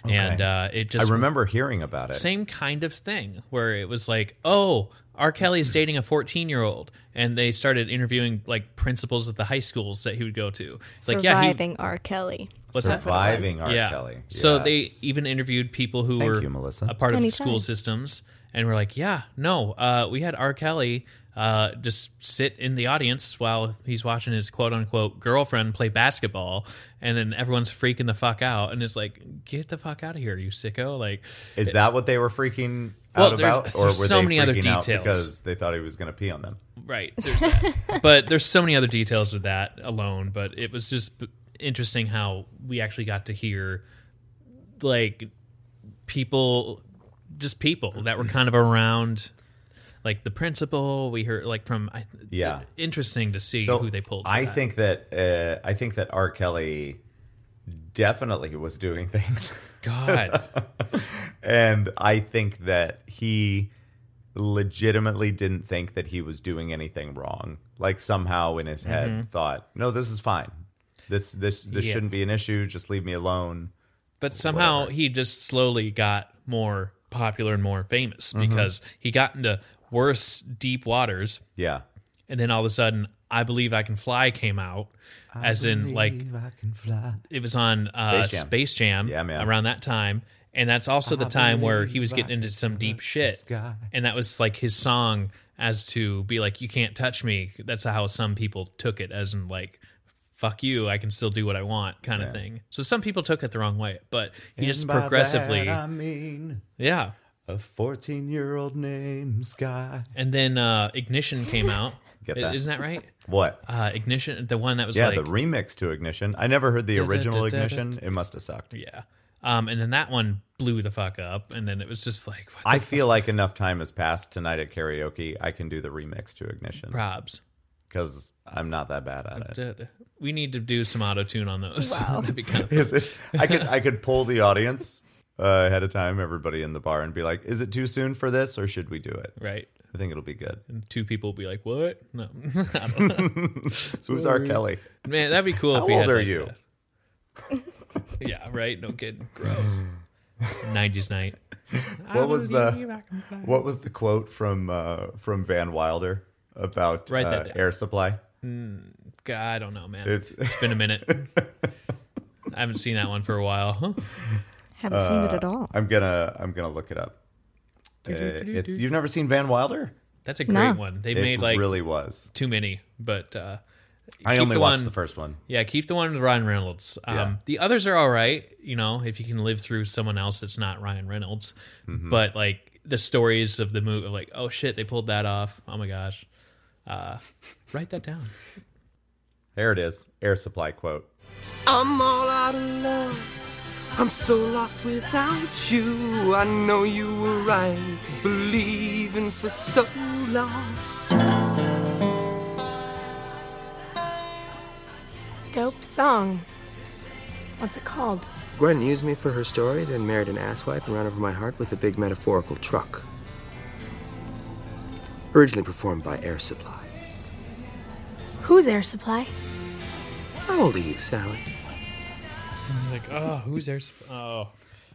S3: and uh, it
S1: I
S3: just
S1: remember hearing about it.
S3: same kind of thing where it was like, oh, R. Kelly's dating a 14 year old. And they started interviewing like principals at the high schools that he would go to. It's like, yeah, he,
S2: Surviving R. Kelly.
S3: What's that?
S1: Surviving R.
S3: yeah.
S1: Kelly.
S3: So they
S1: Yes.
S3: even interviewed people who
S1: Thank
S3: were
S1: you, Melissa.
S3: a part of the
S2: Anytime.
S3: school systems and were like, yeah, no, uh, we had R. Kelly uh, just sit in the audience while he's watching his quote unquote girlfriend play basketball. And then everyone's freaking the fuck out. And it's like, get the fuck out of here, you sicko. Like,
S1: Is that what they were freaking
S3: Well,
S1: out
S3: there-
S1: about, or were
S3: there's so
S1: they
S3: many other
S1: freaking out
S3: details.
S1: because they thought he was going to pee on them?
S3: Right. There's that. but there's so many other details of that alone. But it was just b- interesting how we actually got to hear like people, just people that were kind of around, like the principal. We heard like from I, th-
S1: Yeah.
S3: interesting to see who they pulled. for
S1: I
S3: that.
S1: think that uh, I think that R. Kelly definitely was doing *laughs* things, *laughs*
S3: God.
S1: and I think that he legitimately didn't think that he was doing anything wrong. Like somehow in his head, thought, "No, this is fine. This this this
S3: Mm-hmm. Yeah.
S1: shouldn't be an issue. Just leave me alone."
S3: But somehow he just slowly got more popular and more famous
S1: Mm-hmm.
S3: because he got into worse deep waters
S1: Yeah.
S3: and then all of a sudden i believe i can fly came out as in like it was on uh,
S1: Space
S3: space
S1: Jam.
S3: jam,
S1: Yeah, man.
S3: around that time and that's also the time where he was getting into some deep shit
S1: sky.
S3: and that was like his song as to be like you can't touch me that's how some people took it as in like fuck you i can still do what i want kind of thing so some people took it the wrong way but he just
S1: And by that uh,
S3: progressively
S1: I mean,
S3: yeah
S1: a fourteen-year-old named Sky.
S3: and then uh ignition came out
S1: Get
S3: I-
S1: that.
S3: isn't that right
S1: What?
S3: uh ignition the one that was
S1: Yeah,
S3: like
S1: the remix to Ignition. I never heard the original
S3: da, da, da,
S1: Ignition. It must have sucked.
S3: Yeah. Um, and then that one blew the fuck up, and then it was just like what
S1: I feel like enough time has passed tonight at karaoke. I can do the remix to Ignition
S3: probs.
S1: because I'm not that bad at it.
S3: Dude, We need to do some auto tune on those. *laughs* That'd be kind
S1: *laughs*
S3: of
S1: Is it? I could I could pull the audience uh, ahead of time, everybody in the bar, and be like, "Is it too soon for this, or should we do it?"
S3: right.
S1: I think it'll be good.
S3: And two people will be like, "What? No, *laughs* I don't know.
S1: Who's R. Kelly?
S3: man, that'd be cool."
S1: How
S3: if we had
S1: old are
S3: like
S1: you?
S3: that. yeah, right. No kidding.
S1: *laughs*
S3: Gross. Nineties night.
S1: What was the What was the quote from uh, from Van Wilder about
S3: Write that
S1: uh,
S3: down.
S1: Air Supply?
S3: God, I don't know, man.
S1: It's-
S3: it's been
S1: *laughs*
S3: a minute. I haven't seen that one for a while. *laughs*
S2: Haven't seen
S1: uh,
S2: it at all.
S1: I'm gonna I'm gonna look it up. Uh, it's you've never seen Van Wilder?
S3: That's a great
S2: No.
S3: one. They
S1: It
S3: made like
S1: really was.
S3: too many, but uh,
S1: I
S3: keep
S1: only
S3: the
S1: watched
S3: one-
S1: the first one.
S3: Yeah, keep the one with Ryan Reynolds. Um,
S1: Yeah.
S3: The others are all right, you know, if you can live through someone else that's not Ryan Reynolds. But like the stories of the movie, like, oh shit, they pulled that off. Oh my gosh. Uh, write that down.
S1: There it is. Air Supply quote.
S7: I'm all out of love. I'm so lost without you. I know you were right, believing for so long.
S8: Dope song. What's it called?
S7: Gwen used me for her story, then married an asswipe and ran over my heart with a big metaphorical truck. Originally performed by Air Supply.
S8: Who's Air Supply?
S7: How old are you, Sally?
S3: I'm like, oh, who's there? Oh,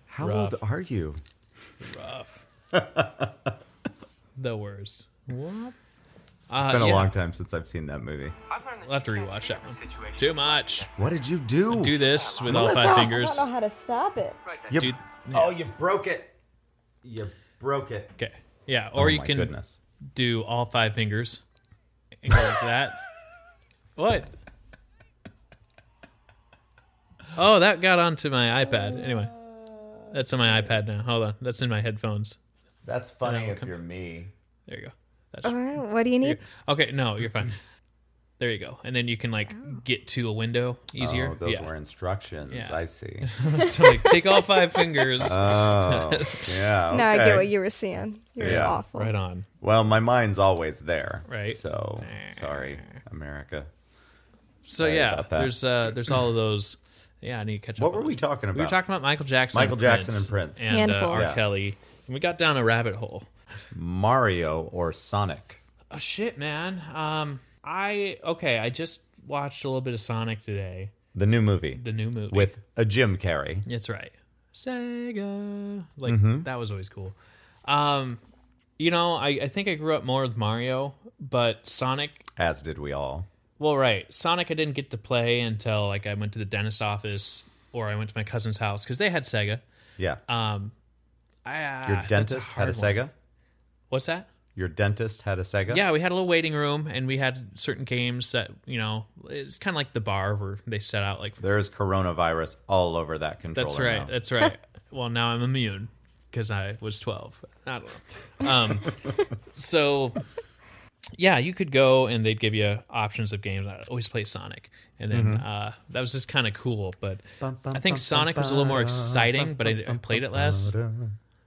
S1: How
S3: Rough.
S1: old are you?
S3: the worst. What? Uh,
S1: It's been a long time since I've seen that movie.
S3: We'll have to rewatch that one. Too much.
S1: What did you do?
S3: Do this with all five fingers.
S2: how to stop it.
S1: You-
S3: Dude.
S1: Oh, you broke it. You broke it.
S3: Okay. Yeah. Or
S1: oh
S3: you
S1: my
S3: can
S1: goodness.
S3: do all five fingers and go like that. What? Oh, that got onto my iPad. Anyway, that's on my iPad now. Hold on, that's in my headphones.
S1: That's funny
S3: No,
S1: if
S3: come-
S1: you're me.
S3: There you go. That's
S2: What do you need?
S3: okay. No, you're fine. There you go. And then you can like get to a window easier.
S1: Oh, those
S3: yeah.
S1: were instructions.
S3: Yeah.
S1: I see.
S3: *laughs* so like take all five
S1: *laughs*
S3: fingers.
S1: Oh, yeah.
S2: *laughs* Now I get
S1: okay.
S2: what you were seeing. You're
S1: Yeah.
S2: awful.
S3: right on.
S1: Well, my mind's always there.
S3: Right.
S1: So sorry, America.
S3: So
S1: Sorry
S3: yeah,
S1: about that.
S3: there's uh there's all of those. Yeah, I need to catch up.
S1: What
S3: on
S1: were we
S3: those.
S1: talking about?
S3: We were talking about Michael Jackson,
S1: Michael Jackson and Prince.
S3: and uh,
S2: Handfuls.
S3: R.
S2: Yeah.
S3: Kelly, and we got down a rabbit hole.
S1: Mario or Sonic.
S3: Oh shit, man. Um, I okay. I just watched a little bit of Sonic today,
S1: The new movie
S3: the new movie.
S1: with a Jim Carrey.
S3: that's right, Sega. Like
S1: Mm-hmm.
S3: that was always cool. Um, you know, I I think I grew up more with Mario, but Sonic
S1: As did we all.
S3: Well, right. Sonic, I didn't get to play until like I went to the dentist's office or I went to my cousin's house because they had Sega.
S1: Yeah.
S3: Um, I, uh,
S1: Your
S3: that's
S1: dentist had a
S3: hard one.
S1: Sega.
S3: What's that?
S1: Your dentist had a Sega.
S3: Yeah, we had a little waiting room and we had certain games that you know it's kind of like the bar where they set out like
S1: There's coronavirus all over that controller.
S3: that's right,
S1: now. *laughs*
S3: that's right. well, now I'm immune because I was 12. I don't know. Um,
S1: *laughs*
S3: so yeah, you could go and they'd give you options of games. I always play Sonic, and then
S1: Mm-hmm.
S3: uh, that was just kind of cool. But I think Sonic was a little more exciting, but I, I played it less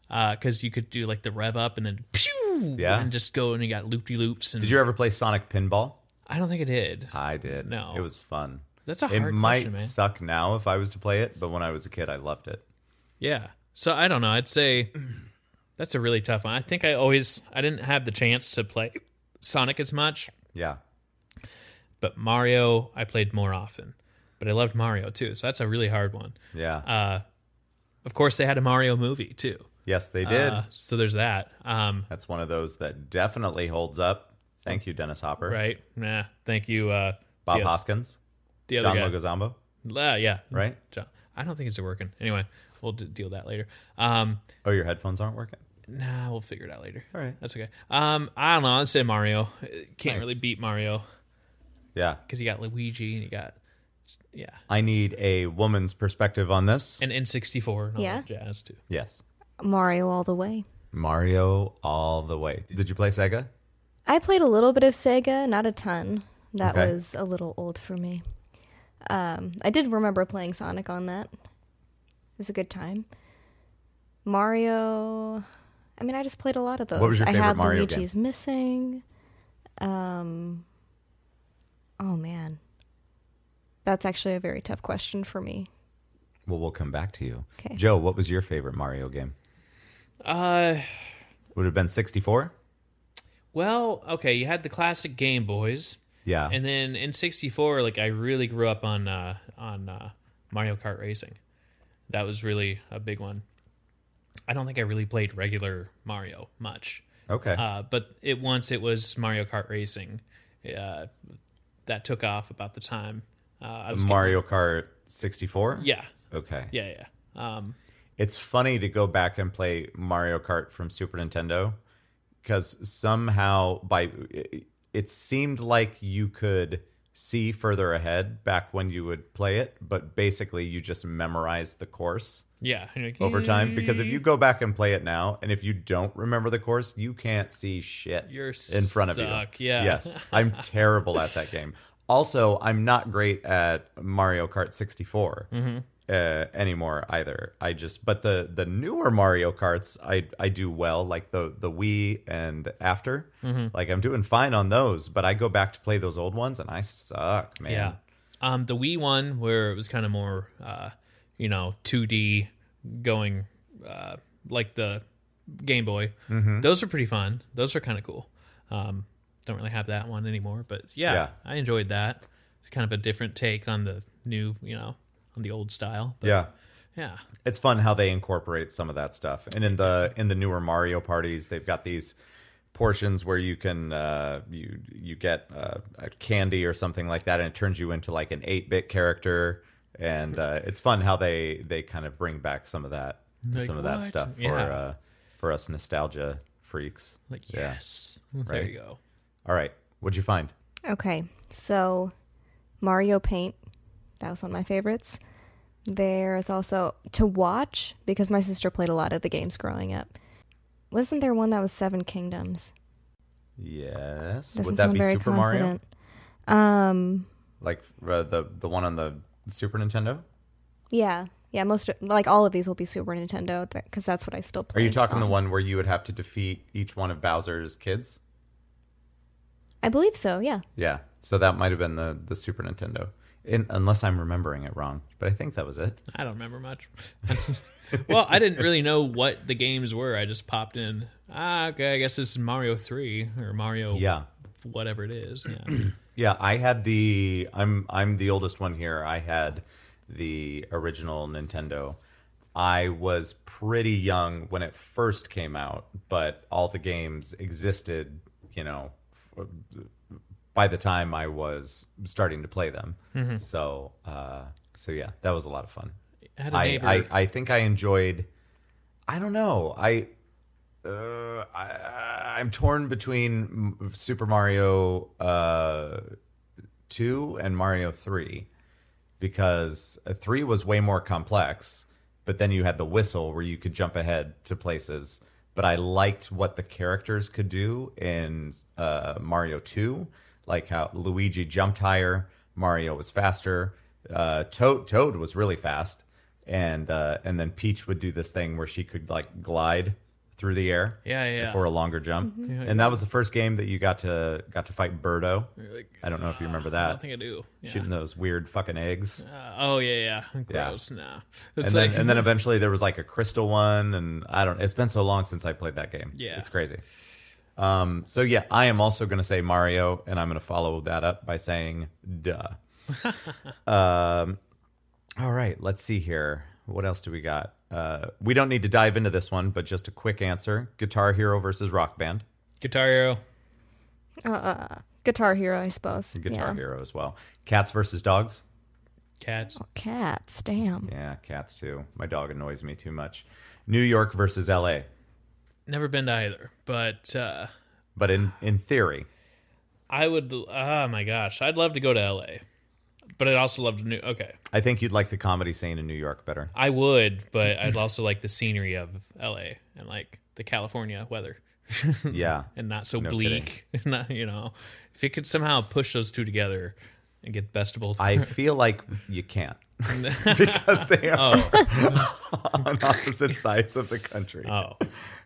S3: because you could do like the rev up and then pew,
S1: Yeah.
S3: and just go and you got loop de loops. And
S1: Did you ever play Sonic Pinball?
S3: I don't think I did.
S1: I did.
S3: No.
S1: It was fun.
S3: That's a
S1: it
S3: hard
S1: might
S3: question, man.
S1: suck now if I was to play it, but when I was a kid, I loved it.
S3: Yeah. So I don't know. I'd say that's a really tough one. I think I always I didn't have the chance to play Sonic as much,
S1: Yeah.
S3: but Mario I played more often. But I loved Mario too, so that's a really hard one.
S1: Yeah.
S3: Uh, Of course, they had a Mario movie too,
S1: yes, they did.
S3: Uh, so there's that. Um,
S1: That's one of those that definitely holds up. Thank you, Dennis Hopper.
S3: uh, right? Nah. Thank you, uh,
S1: Bob
S3: the,
S1: Hoskins,
S3: the other
S1: John
S3: guy.
S1: Leguizamo,
S3: Uh, yeah,
S1: right?
S3: John. I don't think it's working. Anyway, we'll d- deal with that later. Um,
S1: Oh, your headphones aren't working.
S3: nah, we'll figure it out later.
S1: All right.
S3: That's okay. Um, I don't know. I'd say Mario. Uh, Can't really beat Mario.
S1: Yeah.
S3: because you got Luigi and you got yeah,
S1: I need a woman's perspective on this.
S3: and N sixty four and all
S2: Yeah.
S3: that jazz too.
S1: yes.
S2: Mario all the way.
S1: Mario all the way. Did you play Sega?
S2: I played a little bit of Sega, not a ton. That
S1: Okay.
S2: was a little old for me. Um, I did remember playing Sonic on that. It was a good time. Mario. I mean, I just played a lot of those.
S1: was your
S2: I
S1: favorite
S2: have
S1: Mario game?
S2: Luigi's Missing. Um, oh man, that's actually a very tough question for me.
S1: Well, we'll come back to you.
S2: 'Kay.
S1: Joe, what was your favorite Mario game?
S3: Uh,
S1: Would it have been 64?
S3: well, okay, you had the classic Game Boys,
S1: Yeah.
S3: and then N sixty four. Like I really grew up on uh, on uh, Mario Kart racing. That was really a big one. I don't think I really played regular Mario much,
S1: okay.
S3: uh, but it once it was Mario Kart racing, uh, that took off about the time. Uh, I was
S1: Mario Kart 64?
S3: yeah,
S1: Okay.
S3: yeah, yeah. Um,
S1: It's funny to go back and play Mario Kart from Super Nintendo because somehow by it, it seemed like you could see further ahead back when you would play it, but basically you just memorized the course
S3: yeah. And you're like,
S1: over time because if
S3: Mm.
S1: you go back and play it now and if you don't remember the course you can't see shit
S3: You're
S1: in front of
S3: suck,
S1: you
S3: yeah.
S1: yes
S3: *laughs*
S1: i'm terrible at that game also i'm not great at mario kart 64
S3: Mm-hmm.
S1: uh, anymore either i just but the the newer mario karts i i do well like the the wii and after
S3: Mm-hmm.
S1: like i'm doing fine on those but i go back to play those old ones and i suck man
S3: Yeah. Um, the Wii one where it was kind of more, uh, you know, 2D going, uh, like the Game Boy.
S1: Mm-hmm.
S3: Those are pretty fun. Those are kind of cool. Um, don't really have that one anymore, but yeah,
S1: Yeah.
S3: I enjoyed that. It's kind of a different take on the new, you know, on the old style. But
S1: yeah
S3: yeah.
S1: it's fun how they incorporate some of that stuff and in the in the newer mario parties they've got these portions where you can uh you you get uh, a candy or something like that and it turns you into like an 8-bit character and uh it's fun how they they kind of bring back some of that
S3: Like,
S1: some of that
S3: what?
S1: stuff for
S3: Yeah.
S1: uh for us nostalgia freaks
S3: Like,
S1: Yeah.
S3: yes. There
S1: Right.
S3: you go.
S1: all right what'd you find
S2: Okay, so Mario Paint, that was one of my favorites. There's also to watch because my sister played a lot of the games growing up. Wasn't there one that was Seven Kingdoms?
S1: yes
S2: Doesn't
S1: would that
S2: sound
S1: be
S2: very
S1: super
S2: confident.
S1: mario
S2: Um,
S1: like uh, the the one on the Super Nintendo.
S2: yeah, yeah. Most of- like all of these will be Super Nintendo because that's what I still
S1: Are
S2: play.
S1: you talking the one where you would have to defeat each one of Bowser's kids?
S2: I believe so. Yeah.
S1: Yeah. So that might have been the the Super Nintendo, In, unless I'm remembering it wrong. But I think that was it.
S3: I don't remember much. *laughs* well, I didn't really know what the games were. I just popped in. Ah, okay. I guess this is Mario Three or Mario,
S1: Yeah.
S3: whatever it is.
S1: *clears throat*
S3: Yeah.
S1: Yeah, I had the I'm I'm the oldest one here. I had the original Nintendo. I was pretty young when it first came out, but all the games existed, you know, f- by the time I was starting to play them. So, uh, so yeah, that was a lot of fun.
S3: I had a
S1: I,
S3: neighbor.
S1: I I think I enjoyed. I don't know. I uh, I, I'm torn between M- Super Mario uh, 2 and Mario 3 because uh, 3 was way more complex, but then you had the whistle where you could jump ahead to places. But I liked what the characters could do in uh, Mario 2, like how Luigi jumped higher, Mario was faster, uh, Toad, Toad was really fast. And uh, and then Peach would do this thing where she could like glide through the air,
S3: Yeah, yeah. Mm-hmm.
S1: before a longer jump. And that was the first game that you got to got to fight Birdo. I don't know if you remember
S3: I
S1: that.
S3: don't think I do. Yeah.
S1: Shooting those weird fucking eggs.
S3: Uh, oh yeah, yeah. Gross. Nah.
S1: and
S3: It's
S1: then
S3: *laughs* like-
S1: and then eventually there was like a crystal one and I don't it's been so long since I played that game.
S3: Yeah.
S1: It's crazy. Um so yeah, I am also gonna say Mario and I'm gonna follow that up by saying
S3: *laughs*
S1: duh. um all right, let's see here. What else do we got? Uh, we don't need to dive into this one, but just a quick answer: Guitar Hero versus Rock Band.
S3: Guitar Hero.
S2: Guitar Hero, I suppose.
S1: Guitar
S2: yeah.
S1: Hero as well. Cats versus dogs.
S3: Cats.
S2: Cats, damn.
S1: Yeah, cats too. My dog annoys me too much. New York versus LA.
S3: Never been to either, but uh,
S1: But in in theory,
S3: I would. Oh my gosh, I'd love to go to L.A., but I'd also love to New. Okay,
S1: I think you'd like the comedy scene in New York better.
S3: I would, but
S1: *clears throat*
S3: I'd also like the scenery of L.A. and like the California weather, *laughs*
S1: Yeah.
S3: and not so
S1: No
S3: bleak. *laughs* not you know, if you could somehow push those two together and get best of
S1: *laughs*
S3: both.
S1: I feel like you can't *laughs* because they Oh. are *laughs* on opposite sides of the country.
S3: oh,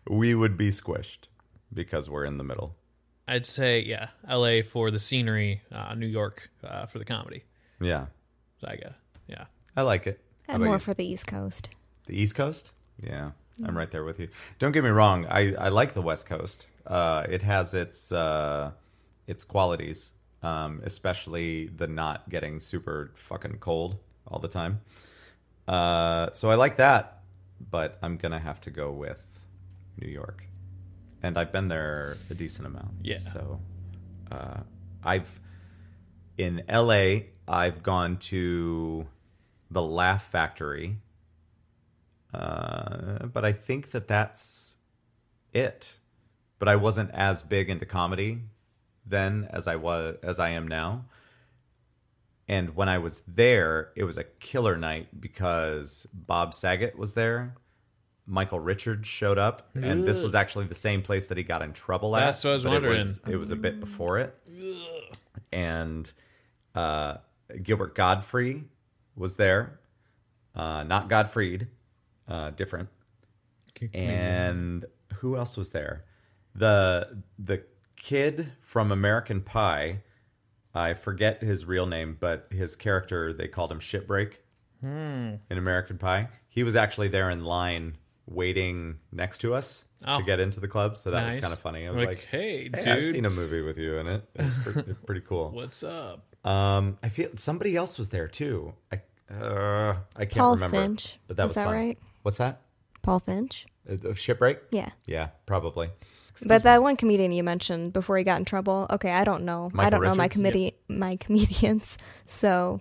S1: We would be squished because we're in the middle.
S3: I'd say yeah, L.A. for the scenery, uh, New York uh, for the comedy.
S1: Yeah.
S3: So I got yeah.
S1: I like it. How
S2: And
S1: about
S2: more
S1: you?
S2: for Mm. the East Coast.
S1: The East Coast? Yeah, I'm right there with you. Don't get me wrong, I, I like the West Coast. Uh, it has its uh, its qualities, um, especially the not getting super fucking cold all the time. Uh, so I like that, but I'm gonna have to go with New York, and I've been there a decent amount.
S3: Yeah.
S1: So uh, I've in LA, I've gone to the Laugh Factory, uh, but I think that that's it. But I wasn't as big into comedy then as I was as I am now. And when I was there, it was a killer night because Bob Saget was there. Michael Richards showed up, and this was actually the same place that he got in trouble at.
S3: That's what I was
S1: but it
S3: wondering.
S1: it was a bit before it and uh, Gilbert Godfrey was there, uh, not Godfried, uh, different. And who else was there? The the kid from American Pie, I forget his real name, but his character they called him Shitbreak
S3: Hmm.
S1: in American Pie. He was actually there in line waiting next to us
S3: Oh.
S1: to get into the club, so that
S3: Nice.
S1: was kind of funny. I was
S3: Like,
S1: like,
S3: "Hey,
S1: I've
S3: dude."
S1: seen a movie with you in
S3: *laughs*
S1: it. It's pretty, pretty cool."
S3: What's up?
S1: Um, I feel somebody else was there too. I uh, I can't
S2: Paul
S1: remember.
S2: Finch.
S1: But that
S2: Is
S1: was
S2: that
S1: fun.
S2: right?
S1: What's that?
S2: Paul Finch.
S1: Uh, uh, shipwreck?
S2: Yeah.
S1: Yeah, probably.
S2: but that one comedian you mentioned before he got in trouble. Okay, I don't know. I
S1: Michael
S2: don't know my
S1: Richards?
S2: committee my *laughs* comedians. So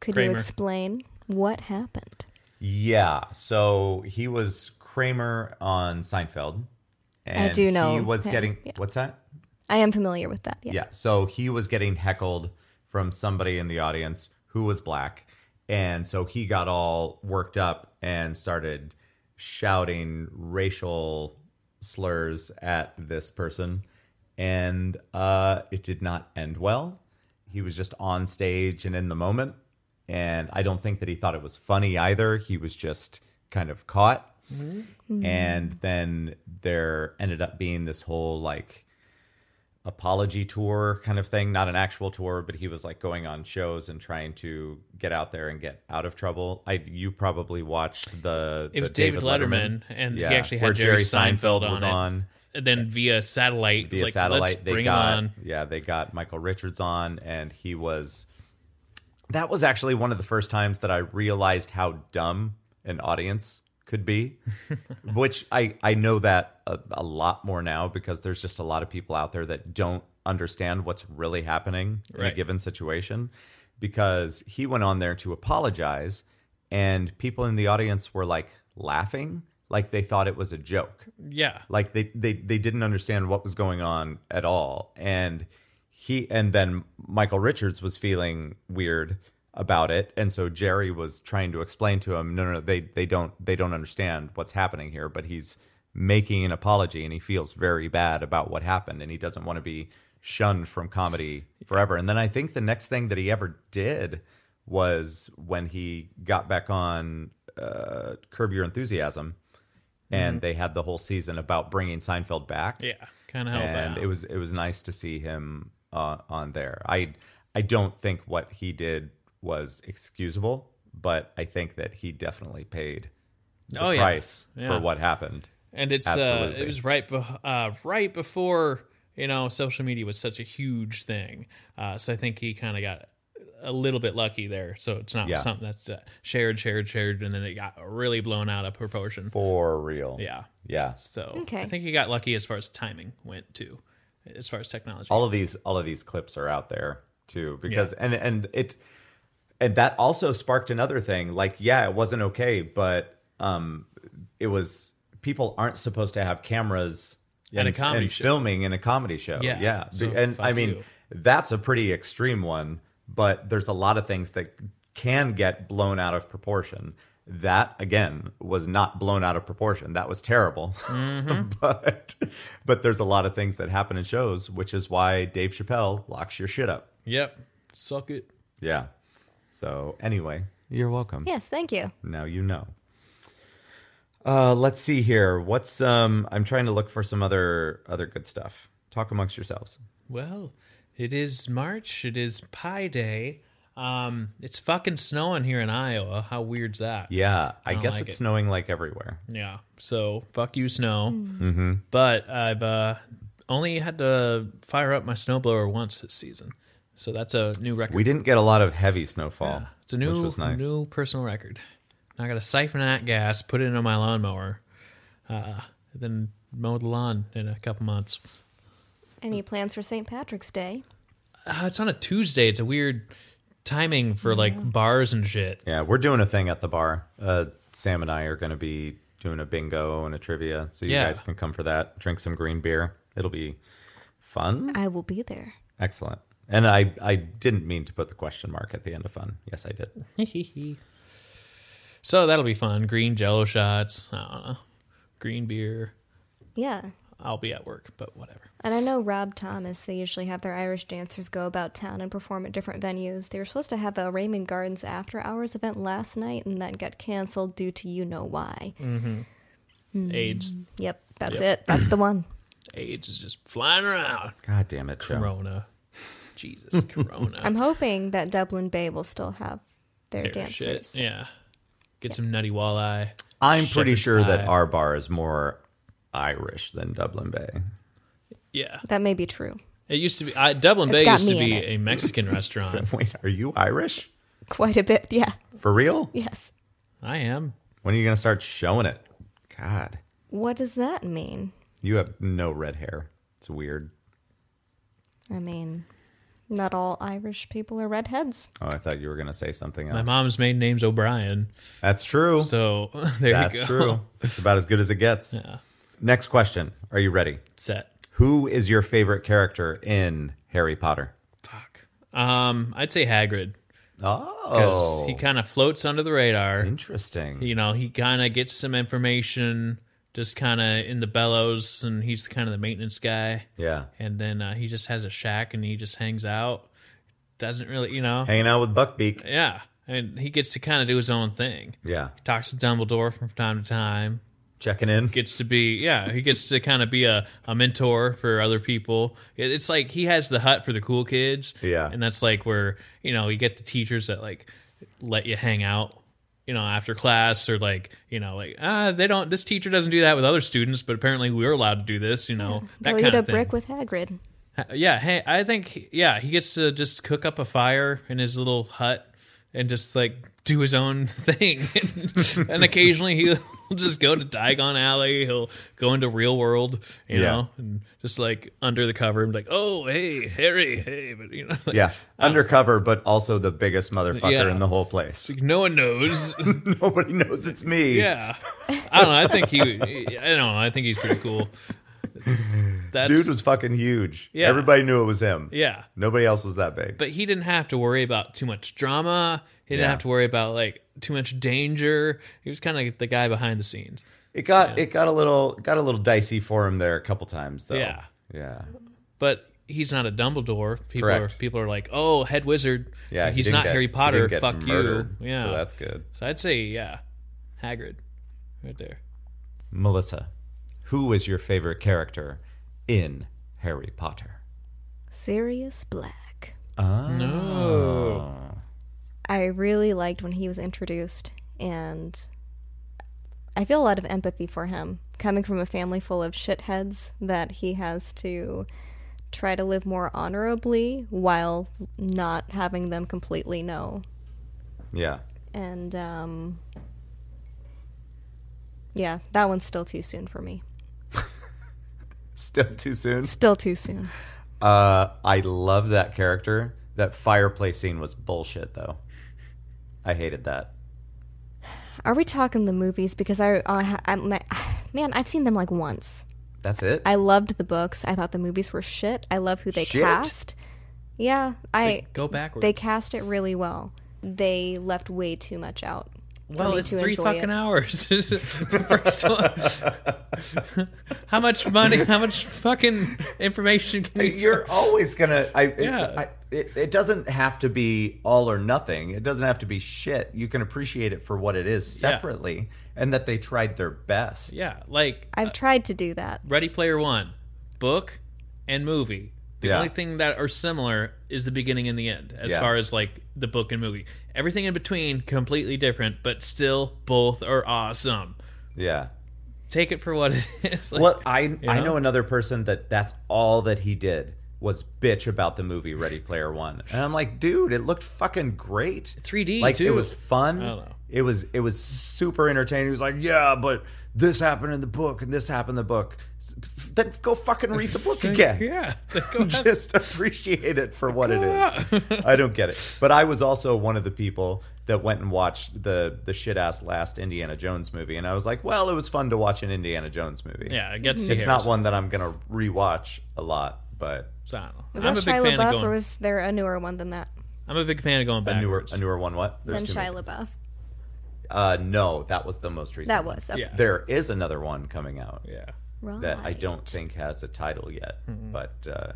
S2: could
S3: Kramer.
S2: you explain what happened?
S1: Yeah. So he was Kramer on Seinfeld. And
S2: do know
S1: he was
S2: him,
S1: getting
S2: yeah.
S1: what's that?
S2: I am familiar with that. Yeah.
S1: Yeah. So he was getting heckled from somebody in the audience who was black. And so he got all worked up and started shouting racial slurs at this person. And uh, it did not end well. he was just on stage and in the moment. And I don't think that he thought it was funny either. He was just kind of caught. And then there ended up being this whole like apology tour kind of thing, not an actual tour, but he was like going on shows and trying to get out there and get out of trouble. I you probably watched the the
S3: It was David Letterman, and he actually had
S1: where
S3: Jerry Seinfeld
S1: was
S3: on it.
S1: on
S3: And then via satellite,
S1: via
S3: like,
S1: satellite.
S3: let's
S1: they
S3: bring him
S1: got
S3: on.
S1: yeah, they got Michael Richards on, and he was. That was actually one of the first times that I realized how dumb an audience could
S3: *laughs*
S1: be, which I I know that a, a lot more now because there's just a lot of people out there that don't understand what's really happening in a
S3: Right.
S1: given situation because he went on there to apologize and people in the audience were like laughing like they thought it was a joke
S3: Yeah.
S1: like they they they didn't understand what was going on at all and he and then Michael Richards was feeling weird about it and so Jerry was trying to explain to him no no, no they they don't they don't understand what's happening here but he's making an apology and he feels very bad about what happened and he doesn't want to be shunned from comedy forever and then I think the next thing that he ever did was when he got back on uh, Curb Your Enthusiasm and they had the whole season about bringing Seinfeld back.
S3: Mm-hmm. Yeah. Kind of held
S1: and
S3: that.
S1: it was it was nice to see him uh, on there. I I don't think what he did was excusable, but I think that he definitely paid the
S3: Oh, yeah.
S1: price
S3: Yeah.
S1: for what happened.
S3: and it's uh,
S1: Absolutely.
S3: it was right beh uh, right before you know social media was such a huge thing uh, so i think he kind of got a little bit lucky there so it's not
S1: Yeah.
S3: something that's uh, shared shared shared and then it got really blown out of proportion
S1: For real.
S3: yeah
S1: Yeah.
S3: so
S2: Okay.
S3: i think he got lucky as far as timing went too as far as technology
S1: all of these all of these clips are out there too because and and it and that also sparked another thing like yeah it wasn't okay but um it was people aren't supposed to have cameras
S3: At a
S1: and-
S3: comedy
S1: and
S3: show.
S1: filming in a comedy show yeah,
S3: Yeah, so
S1: Be- and i
S3: fuck
S1: mean
S3: you.
S1: that's a pretty extreme one but there's a lot of things that can get blown out of proportion that again was not blown out of proportion that was terrible
S3: Mm-hmm.
S1: *laughs* but but there's a lot of things that happen in shows, which is why Dave Chappelle locks your shit up.
S3: yep suck it
S1: Yeah. So anyway, you're welcome.
S2: Yes, thank you.
S1: Now you know. Uh, let's see here. What's um? I'm trying to look for some other other good stuff. Talk amongst yourselves.
S3: Well, it is March. It is Pi Day. Um, it's fucking snowing here in Iowa. How weird's that?
S1: Yeah, I,
S3: don't
S1: guess
S3: like
S1: it's
S3: it.
S1: snowing like everywhere.
S3: Yeah. So fuck you, snow. Mm-hmm. But I've uh, only had to fire up my snowblower once this season, so that's a new record.
S1: We didn't get a lot of heavy snowfall.
S3: Yeah. It's a new,
S1: which was nice.
S3: new personal record. Now I got to siphon that gas, put it into my lawnmower, uh, then mow the lawn in a couple months.
S2: Any plans for St. Patrick's Day?
S3: Uh, it's on a Tuesday. It's a weird timing for like bars and shit.
S1: Yeah, we're doing a thing at the bar. Uh, Sam and I are going to be doing a bingo and a trivia, so you
S3: Yeah.
S1: guys can come for that. Drink some green beer. It'll be fun.
S2: I will be there.
S1: Excellent. And I, I didn't mean to put the question mark at the end of fun. Yes, I did.
S3: so that'll be fun. Green jello shots. I don't know. Green beer.
S2: Yeah.
S3: I'll be at work, but whatever.
S2: And I know Rob Thomas, they usually have their Irish dancers go about town and perform at different venues. They were supposed to have a Raymond Gardens after hours event last night, and that got canceled due to you know why.
S3: AIDS.
S2: Yep, that's it. That's the one.
S3: AIDS is just flying around.
S1: God damn it, Joe.
S3: Corona. Jesus, *laughs* Corona.
S2: I'm hoping that Dublin Bay will still have their
S3: Fair shit.
S2: dancers.
S3: Yeah. Get some nutty walleye.
S1: I'm pretty
S3: Shepherd's
S1: sure that
S3: pie.
S1: our bar is more Irish than Dublin Bay. *laughs*
S3: Yeah.
S2: That may be true.
S3: It used to be, I, Dublin
S2: It's
S3: Bay
S2: got
S3: used to
S2: me in
S3: be
S2: it.
S3: a Mexican
S1: *laughs*
S3: restaurant.
S1: Wait, are you Irish?
S2: Quite a bit, yeah.
S1: For real?
S2: Yes.
S3: I am.
S1: When are you going to start showing it? God,
S2: What does that mean?
S1: you have no red hair. It's weird.
S2: I mean, not all Irish people are redheads.
S1: Oh, I thought you were going to say something else.
S3: My mom's maiden name's O'Brien.
S1: That's true.
S3: So *laughs* there
S1: That's
S3: you go.
S1: true. It's about as good as it gets. Next question. Are you ready?
S3: *laughs* Set.
S1: Who is your favorite character in Harry Potter?
S3: Fuck. Um, I'd say Hagrid.
S1: Oh,
S3: because he kind of floats under the radar.
S1: Mm-hmm. interesting.
S3: You know, he kind of gets some information just kind of in the bellows, and he's kind of the maintenance guy.
S1: yeah.
S3: And then uh, he just has a shack and he just hangs out, doesn't really, you know.
S1: Hanging out with Buckbeak.
S3: Yeah. I mean, he gets to kind of do his own thing.
S1: Yeah.
S3: Talks to Dumbledore from time to time.
S1: Checking in.
S3: Gets to be, yeah, he gets to kind of be a, a mentor for other people. It, it's like he has the hut for the cool kids.
S1: Yeah.
S3: And that's like where, you know, you get the teachers that like let you hang out. You know, after class, or like, you know, like ah, they don't. This teacher doesn't do that with other students, but apparently we're allowed to do this. You know, that
S2: Throw
S3: kind
S2: you to
S3: of thing.
S2: brick with Hagrid.
S3: Yeah, hey, I think yeah, he gets to just cook up a fire in his little hut and just like do his own *laughs* thing. and occasionally he'll *laughs* just go to Diagon Alley. He'll go into real world, you
S1: Yeah.
S3: know, and just like under the cover, and be like, oh hey Harry, hey, but you know, like,
S1: Yeah. Undercover, but also the biggest motherfucker
S3: Um, Yeah.
S1: in the whole place. *laughs*
S3: no one knows. *laughs*
S1: Nobody knows it's me.
S3: yeah, I don't know. I think he, I don't know. I think he's pretty cool.
S1: *laughs*
S3: That's
S1: Dude was fucking huge.
S3: Yeah.
S1: Everybody knew it was him.
S3: yeah.
S1: Nobody else was that big.
S3: but he didn't have to worry about too much drama. He didn't
S1: Yeah.
S3: have to worry about like too much danger. He was kind of the guy behind the scenes.
S1: It got it got a little got a little dicey for him there a couple times though.
S3: Yeah.
S1: Yeah.
S3: But he's not a Dumbledore. People
S1: Correct.
S3: are people are like, oh, head wizard.
S1: Yeah. he
S3: he's
S1: didn't
S3: not
S1: get-
S3: Harry
S1: he didn't
S3: Potter.
S1: get
S3: Fuck
S1: murdered,
S3: you. Yeah.
S1: So that's good.
S3: So I'd say yeah, Hagrid, right there.
S1: Melissa, who was your favorite character in Harry Potter?
S2: Sirius Black.
S3: No.
S2: I really liked when he was introduced, and I feel a lot of empathy for him coming from a family full of shitheads that he has to try to live more honorably while not having them completely know.
S1: Yeah. *laughs*
S2: And um, yeah, that one's still too soon for me.
S1: Still too soon.
S2: Still too soon.
S1: Uh, I love that character. That fireplace scene was bullshit though. I hated that.
S2: Are we talking the movies? Because I, I, I my, *sighs* man, I've seen them like once.
S1: That's it.
S2: I loved the books. I thought the movies were shit. I love who they
S1: Shit?
S2: cast. Yeah, I
S3: Go backwards.
S2: they cast it really well. They left way too much out. for
S3: well,
S2: me
S3: it's
S2: to
S3: three
S2: enjoy
S3: fucking
S2: it.
S3: hours. *laughs* the first one. *laughs* how much money? How much fucking information *laughs* can you?
S1: You're always gonna. I, it,
S3: Yeah.
S1: I, it, it doesn't have to be all or nothing. It doesn't have to be shit. You can appreciate it for what it is
S3: Yeah.
S1: separately, and that they tried their best.
S3: Yeah, like
S2: I've tried to do that.
S3: Ready Player One, book and movie. The
S1: Yeah.
S3: only thing that are similar is the beginning and the end, as
S1: Yeah.
S3: far as like the book and movie. Everything in between, completely different, but still both are awesome.
S1: Yeah.
S3: Take it for what it *laughs* is. Like,
S1: Well, I I
S3: know?
S1: know another person that that's all that he did was bitch about the movie Ready Player One, and I'm like, dude, it looked fucking great.
S3: 3D
S1: like it
S3: too.
S1: was fun.
S3: don't know.
S1: It was it was super entertaining. He was like, yeah, but this happened in the book and this happened in the book. S- f- Then go fucking read the
S3: *laughs*
S1: book again.
S3: yeah,
S1: *laughs*
S3: go ahead.
S1: just appreciate it for what it
S3: *laughs*
S1: is. I don't get it. But I was also one of the people that went and watched the the shit ass last Indiana Jones movie, and I was like, well, it was fun to watch an Indiana Jones movie.
S3: yeah, it gets
S1: it's not one that I'm gonna rewatch a lot, but
S2: Was
S3: I'm a
S2: that
S3: big
S2: Shia
S3: fan
S2: LaBeouf,
S3: of going.
S2: or was there a newer one than that?
S3: I'm a big fan of going
S1: a newer
S3: backwards.
S1: a newer one. What?
S2: Than
S1: too
S2: Shia
S1: many.
S2: LaBeouf.
S1: Uh, no, that was the most recent.
S2: That
S1: one.
S2: was okay.
S3: Yeah.
S1: There is another one coming out
S3: Yeah,
S2: right.
S1: that I don't think has a title yet, but uh,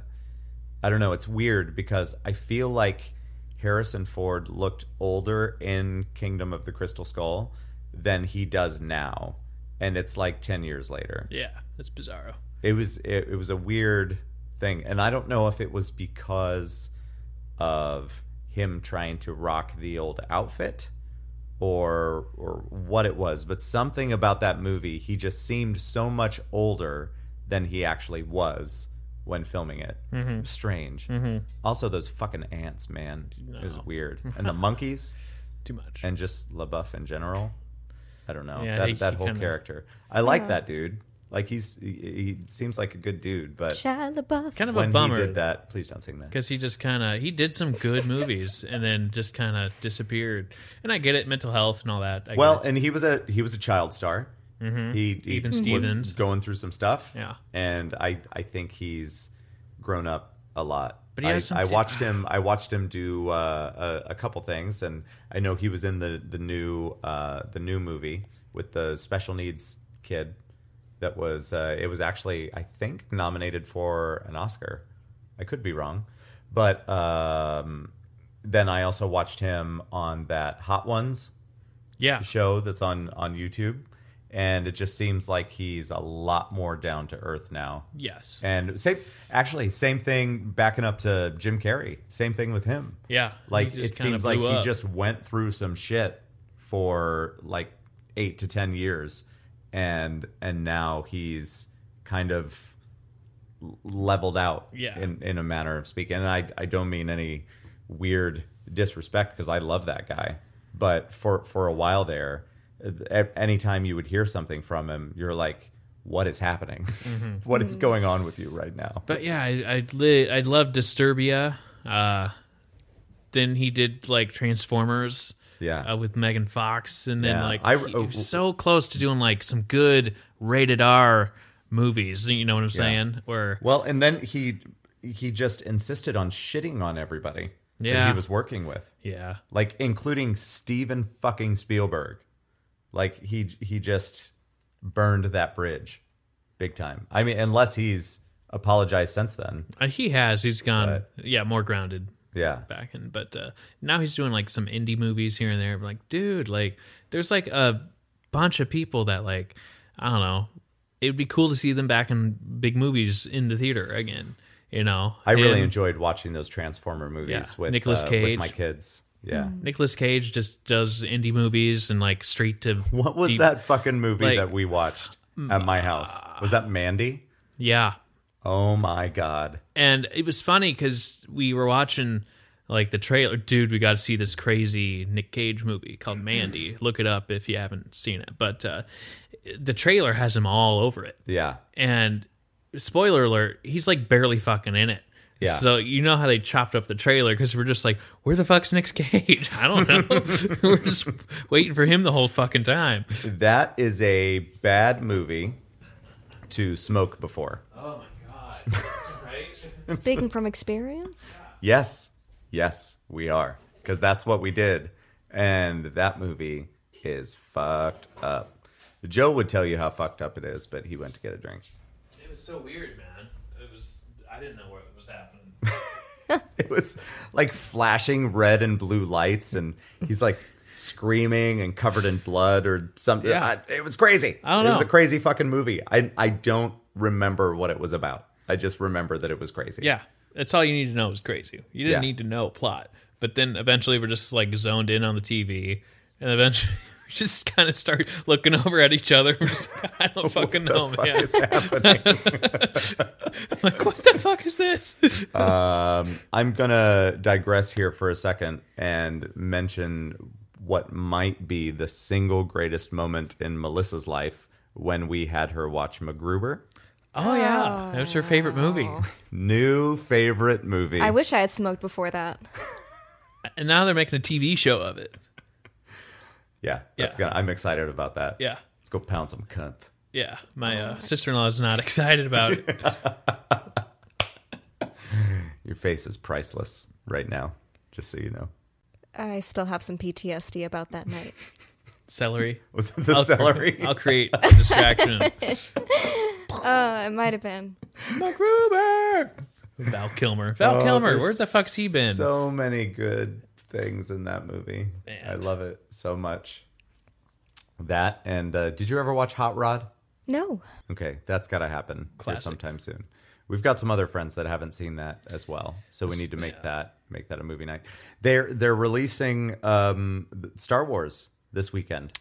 S1: I don't know. It's weird because I feel like Harrison Ford looked older in Kingdom of the Crystal Skull than he does now, and it's like ten years later.
S3: yeah, that's bizarro.
S1: it was it, it was a weird thing and i don't know if it was because of him trying to rock the old outfit or or what it was but something about that movie he just seemed so much older than he actually was when filming it strange also those fucking ants man it was weird and the monkeys
S3: Too much.
S1: and just LaBeouf in general. I don't know
S3: Yeah,
S1: that
S3: he-
S1: that
S3: he
S1: whole
S3: kinda-
S1: character. I like that dude. Like he's he, he seems like a good dude, but
S2: Shia LaBeouf.
S3: kind of a
S1: when he
S3: bummer.
S1: did that, please don't sing that.
S3: because he just kind of he did some good movies and then just kind of disappeared. And I get it, mental health and all that. I get
S1: Well,
S3: it. Mm-hmm.
S1: and he was a he was a child star. He, he
S3: Even
S1: was
S3: Stevens.
S1: going through some stuff.
S3: Yeah.
S1: and I I think he's grown up a lot.
S3: But he
S1: I,
S3: has some-
S1: I
S3: *sighs*
S1: watched him. I watched him do uh, a, a couple things, and I know he was in the the new uh, the new movie with the special needs kid. That was uh, it was actually I think nominated for an Oscar. I could be wrong, but um, then I also watched him on that Hot Ones *laughs*
S3: Yeah.
S1: show that's on on YouTube, and it just seems like he's a lot more down to earth now.
S3: Yes.
S1: And same, actually, same thing. Backing up to Jim Carrey, same thing with him.
S3: Yeah. he
S1: Like
S3: just
S1: it
S3: kinda
S1: seems like
S3: blew
S1: he
S3: up.
S1: just went through some shit for like eight to ten years, and and now he's kind of l- leveled out.
S3: Yeah.
S1: In in a manner of speaking, and I I don't mean any weird disrespect because I love that guy, but for for a while there, a- anytime you would hear something from him, you're like. What is happening?
S3: Mm-hmm.
S1: *laughs* What is going on with you right now?
S3: But yeah, I I, li- I love Disturbia. Uh, then he did like Transformers.
S1: Yeah.
S3: uh, with Megan Fox, and then
S1: Yeah.
S3: like
S1: I-
S3: he- he was
S1: oh,
S3: so close to doing like some good rated R movies. You know what I'm saying? Or
S1: Well, and then he he just insisted on shitting on everybody that
S3: Yeah.
S1: he was working with,
S3: yeah,
S1: like including Steven fucking Spielberg. Like he he just burned that bridge big time. I mean, unless he's apologized since then.
S3: uh, he has. He's gone. yeah, more grounded
S1: Yeah.
S3: back in, but uh, now he's doing like some indie movies here and there. I'm like, dude, like there's like a bunch of people that like I don't know. It would be cool to see them back in big movies in the theater again. You know,
S1: I really
S3: And-
S1: enjoyed watching those Transformer movies
S3: Yeah.
S1: with
S3: Nicolas
S1: uh,
S3: Cage.
S1: with my kids. Yeah.
S3: Nicolas Cage just does indie movies and like straight to
S1: *laughs* What was
S3: deep-
S1: that fucking movie
S3: like-
S1: that we watched at my house? Was that Mandy?
S3: Yeah,
S1: Oh my god.
S3: and it was funny because we were watching like the trailer. Dude, we got to see this crazy Nick Cage movie called Mandy. Look it up if you haven't seen it. But uh, the trailer has him all over it,
S1: Yeah.
S3: and spoiler alert, he's like barely fucking in it.
S1: Yeah.
S3: So you know how they chopped up the trailer because we're just like, where the fuck's *laughs* Nick Cage? I don't know. *laughs* we're just waiting for him the whole fucking time.
S1: That is a bad movie to smoke before.
S3: Oh my god! Right?
S2: Speaking from experience,
S1: Yes. Yes, we are. Because that's what we did. And that movie is fucked up. Joe would tell you how fucked up it is, but he went to get a drink. *laughs*
S3: It was so weird, man. It was. I didn't know what was happening.
S1: It was like flashing red and blue lights, and he's like screaming and covered in blood or something.
S3: Yeah.
S1: I- it was crazy.
S3: I don't
S1: it was
S3: know.
S1: a crazy fucking movie. I, I don't remember what it was about. I just remember that it was crazy.
S3: Yeah, that's all you need to know is crazy. You didn't
S1: Yeah.
S3: need to know plot, but then eventually we're just like zoned in on the TV, and eventually *laughs* we just kind of start looking over at each other. *laughs* We're just like, I
S1: *laughs*
S3: don't fucking *laughs* know,
S1: Fuck
S3: man.
S1: is happening.
S3: like, what the fuck is this?
S1: Um, I'm gonna digress here for a second and mention what might be the single greatest moment in Melissa's life when we had her watch MacGruber.
S3: Oh yeah, that was her favorite movie.
S1: Oh. New favorite movie.
S2: I wish I had smoked before that.
S3: *laughs* And now they're making a TV show of it.
S1: yeah, that's
S3: Yeah.
S1: gonna. I'm excited about that.
S3: Yeah,
S1: let's go pound some cunt.
S3: yeah. My
S1: Oh.
S3: uh, sister-in-law is not *laughs* excited about
S1: *laughs*
S3: it.
S1: Your face is priceless right now. Just so you know, *laughs*
S2: I still have some PTSD about that night.
S3: Celery.
S1: was it
S3: Oh,
S1: the celery?
S3: I'll create a
S1: *laughs*
S3: distraction.
S2: Uh, it might have been.
S3: MacGruber. Val Kilmer. Val
S1: Oh,
S3: Kilmer.
S1: there's
S3: Where the fuck's he been?
S1: So many good things in that movie.
S3: Man.
S1: I love it so much. That and uh, did you ever watch Hot Rod?
S2: No.
S1: Okay, that's got to happen here
S3: Classic.
S1: sometime soon. We've got some other friends that haven't seen that as well, so we need to make that make that a movie night. They're they're releasing um, th- Star Wars this weekend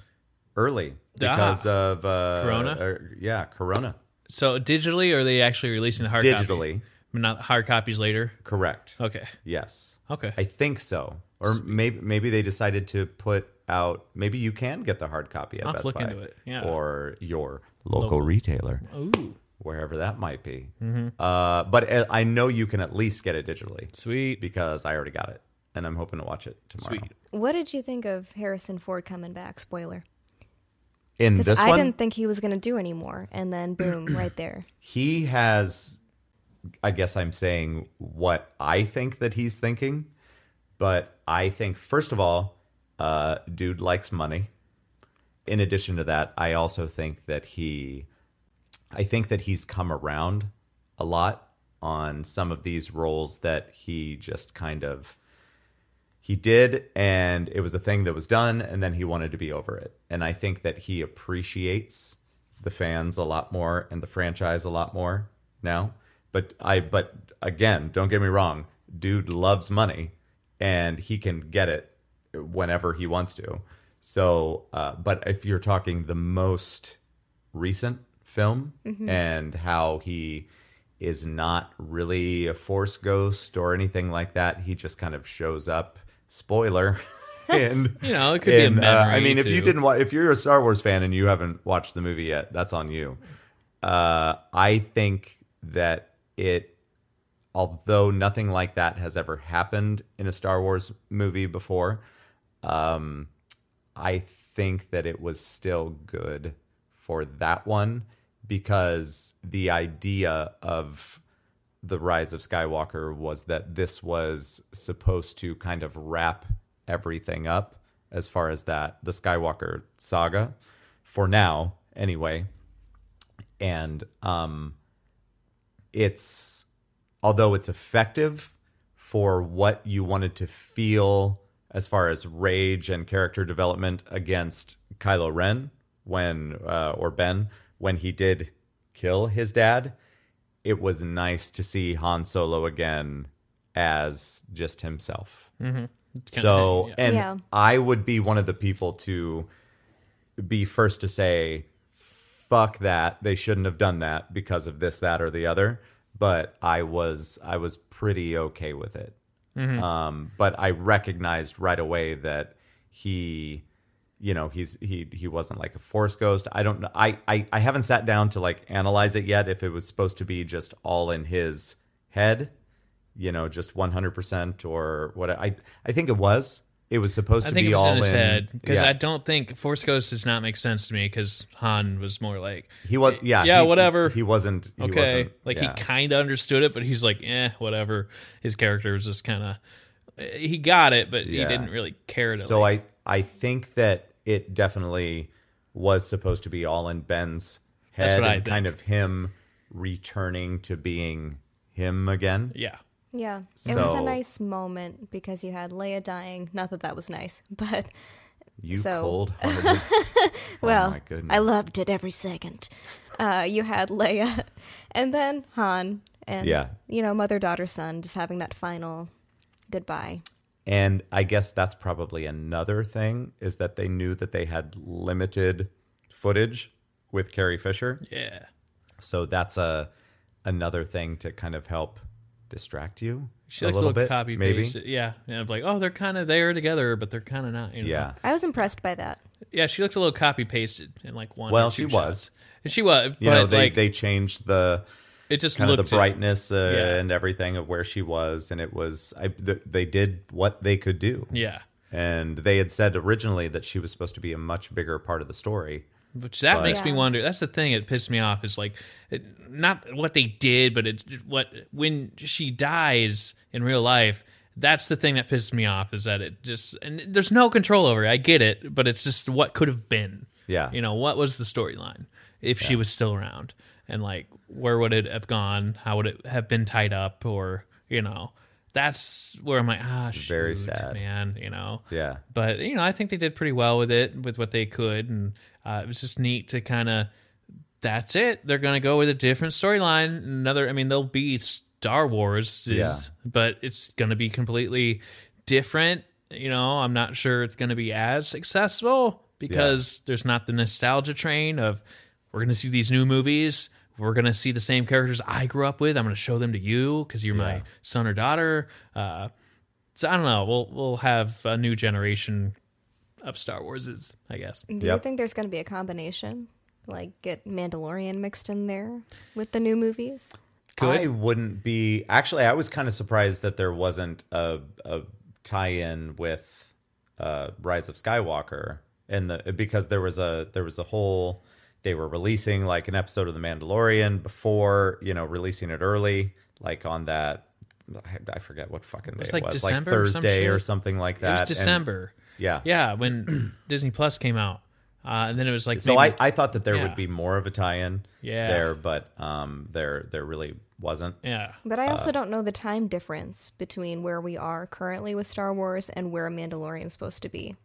S1: early because of uh,
S3: Ah. Corona?
S1: or- yeah, Corona
S3: So digitally, or are Oh. they actually releasing the hard copy?
S1: digitally
S3: Not hard copies later.
S1: correct.
S3: Okay.
S1: Yes,
S3: Okay.
S1: I think so. Or maybe maybe they decided to put out. Maybe you can get the hard copy at
S3: I'll
S1: Best
S3: have to look
S1: Buy
S3: into it, yeah.
S1: or your local, retailer,
S3: Ooh.
S1: wherever that might be. Uh, but uh, I know you can at least get it digitally
S3: Sweet.
S1: because I already got it, and I'm hoping to watch it tomorrow.
S3: Sweet.
S2: What did you think of Harrison Ford coming back? Spoiler.
S1: In Mm,
S2: Because
S1: this
S2: I
S1: one,
S2: didn't think he was going to do anymore. And
S1: *clears throat*
S2: then, boom, right there.
S1: he has i guess i'm saying what i think that he's thinking but i think first of all uh dude likes money in addition to that i also think that he i think that he's come around a lot on some of these roles that he just kind of he did and it was a thing that was done and then he wanted to be over it and i think that he appreciates the fans a lot more and the franchise a lot more now but i but again don't get me wrong dude loves money and he can get it whenever he wants to so uh, but if you're talking the most recent film and how he is not really a force ghost or anything like that. He just kind of shows up. Spoiler. *laughs* and uh,
S3: You know, it could be a memory,
S1: I mean, if you
S3: too.
S1: didn't, wa- if you're a Star Wars fan and you haven't watched the movie yet, that's on you. Uh, I think that it, although nothing like that has ever happened in a Star Wars movie before, um, I think that it was still good for that one because the idea of the rise of Skywalker was that this was supposed to kind of wrap everything up as far as that the Skywalker saga for now anyway and um it's although it's effective for what you wanted to feel as far as rage and character development against Kylo Ren when uh, or Ben when he did kill his dad, it was nice to see Han Solo again as just himself. So and
S2: Yeah.
S1: I would be one of the people to be first to say fuck that they shouldn't have done that because of this that or the other but i was i was pretty okay with it
S3: Mm-hmm.
S1: um, but i recognized right away that he you know he's he he wasn't like a force ghost i don't know I, I i haven't sat down to like analyze it yet if it was supposed to be just all in his head you know just 100% or what i i think it was it was supposed
S3: I
S1: to
S3: think
S1: be
S3: it was
S1: all
S3: in his
S1: in
S3: head because
S1: yeah.
S3: I don't think Force Ghost does not make sense to me because Han was more like
S1: he was yeah
S3: Yeah,
S1: he-
S3: whatever.
S1: he wasn't he
S3: okay,
S1: wasn't,
S3: like
S1: yeah.
S3: he kind of understood it, but he's like eh, whatever. His character was just kind of he got it, but
S1: Yeah.
S3: he didn't really care to.
S1: So
S3: like,
S1: I I think that it definitely was supposed to be all in Ben's head
S3: That's what I
S1: and kind of him returning to being him again.
S3: yeah,
S2: Yeah. It was a
S1: So-
S2: nice moment because you had Leia dying. Not that that was nice, *laughs* but
S1: You
S2: So-
S1: cold
S2: *laughs*
S1: hearted.
S2: well,
S1: Oh my goodness.
S2: I loved it every second. Uh, you had Leia *laughs* and then Han and,
S1: Yeah.
S2: you know, mother, daughter, son, just having that final goodbye.
S1: and I guess that's probably another thing is that they knew that they had limited footage with Carrie Fisher.
S3: yeah.
S1: So that's a another thing to kind of help distract you
S3: She
S1: a
S3: likes
S1: little, bit
S3: copy
S1: maybe.
S3: paste. Yeah, and I'm like, oh, they're kind of there together, but they're kind of not. You know?
S1: Yeah.
S2: I was impressed by that.
S3: yeah. She looked a little copy pasted in like one. or
S1: Well,
S3: two
S1: she was.
S3: shots. And she was.
S1: You
S3: but
S1: know, they
S3: like,
S1: they changed the
S3: it just
S1: kind of the
S3: looked
S1: brightness uh,
S3: Yeah.
S1: and everything of where she was and it was I, th- they did what they could do
S3: Yeah,
S1: and they had said originally that she was supposed to be a much bigger part of the story
S3: Which that makes me
S2: Yeah.
S3: wonder. That's the thing. It pissed me off. Is like, it, not what they did, but it's what when she dies in real life. That's the thing that pissed me off. Is that it just and there's no control over. it. I get it, but it's just what could have been.
S1: Yeah.
S3: You know what was the storyline if she was still around, and like where would it have gone? How would it have been tied up? Or you know, that's where I'm like, ah, shoot,
S1: very sad.
S3: man. You know
S1: yeah
S3: but you know i think they did pretty well with it with what they could and uh, it was just neat to kind of that's it they're gonna go with a different storyline another i mean they'll be star wars
S1: Yeah.
S3: but it's gonna be completely different you know i'm not sure it's gonna be as successful because there's not the nostalgia train of we're gonna see these new movies we're gonna see the same characters i grew up with i'm gonna show them to you because you're my son or daughter uh, so I don't know. We'll we'll have a new generation of Star Warses, I guess.
S2: Do you
S1: Yep.
S2: think there's going to be a combination? Like, get Mandalorian mixed in there with the new movies?
S1: i wouldn't be actually i was kind of surprised that there wasn't a, a tie-in with uh, rise of skywalker and the because there was a there was a whole they were releasing like an episode of the mandalorian before you know releasing it early like on that I- I forget what fucking day
S3: was
S1: it
S3: like
S1: was,
S3: December
S1: like
S3: or some
S1: Thursday
S3: shit.
S1: or, something like
S3: It
S1: that.
S3: was
S1: and-
S3: December.
S1: yeah, *clears throat*
S3: yeah, when Disney Plus came out, uh, and then it was like
S1: So
S3: maybe-
S1: I, I thought that there
S3: Yeah.
S1: would be more of a tie-in
S3: Yeah.
S1: there, but um, there there really wasn't.
S3: Yeah.
S2: But I
S1: Uh,
S2: also don't know the time difference between where we are currently with Star Wars and where Mandalorian's supposed to be.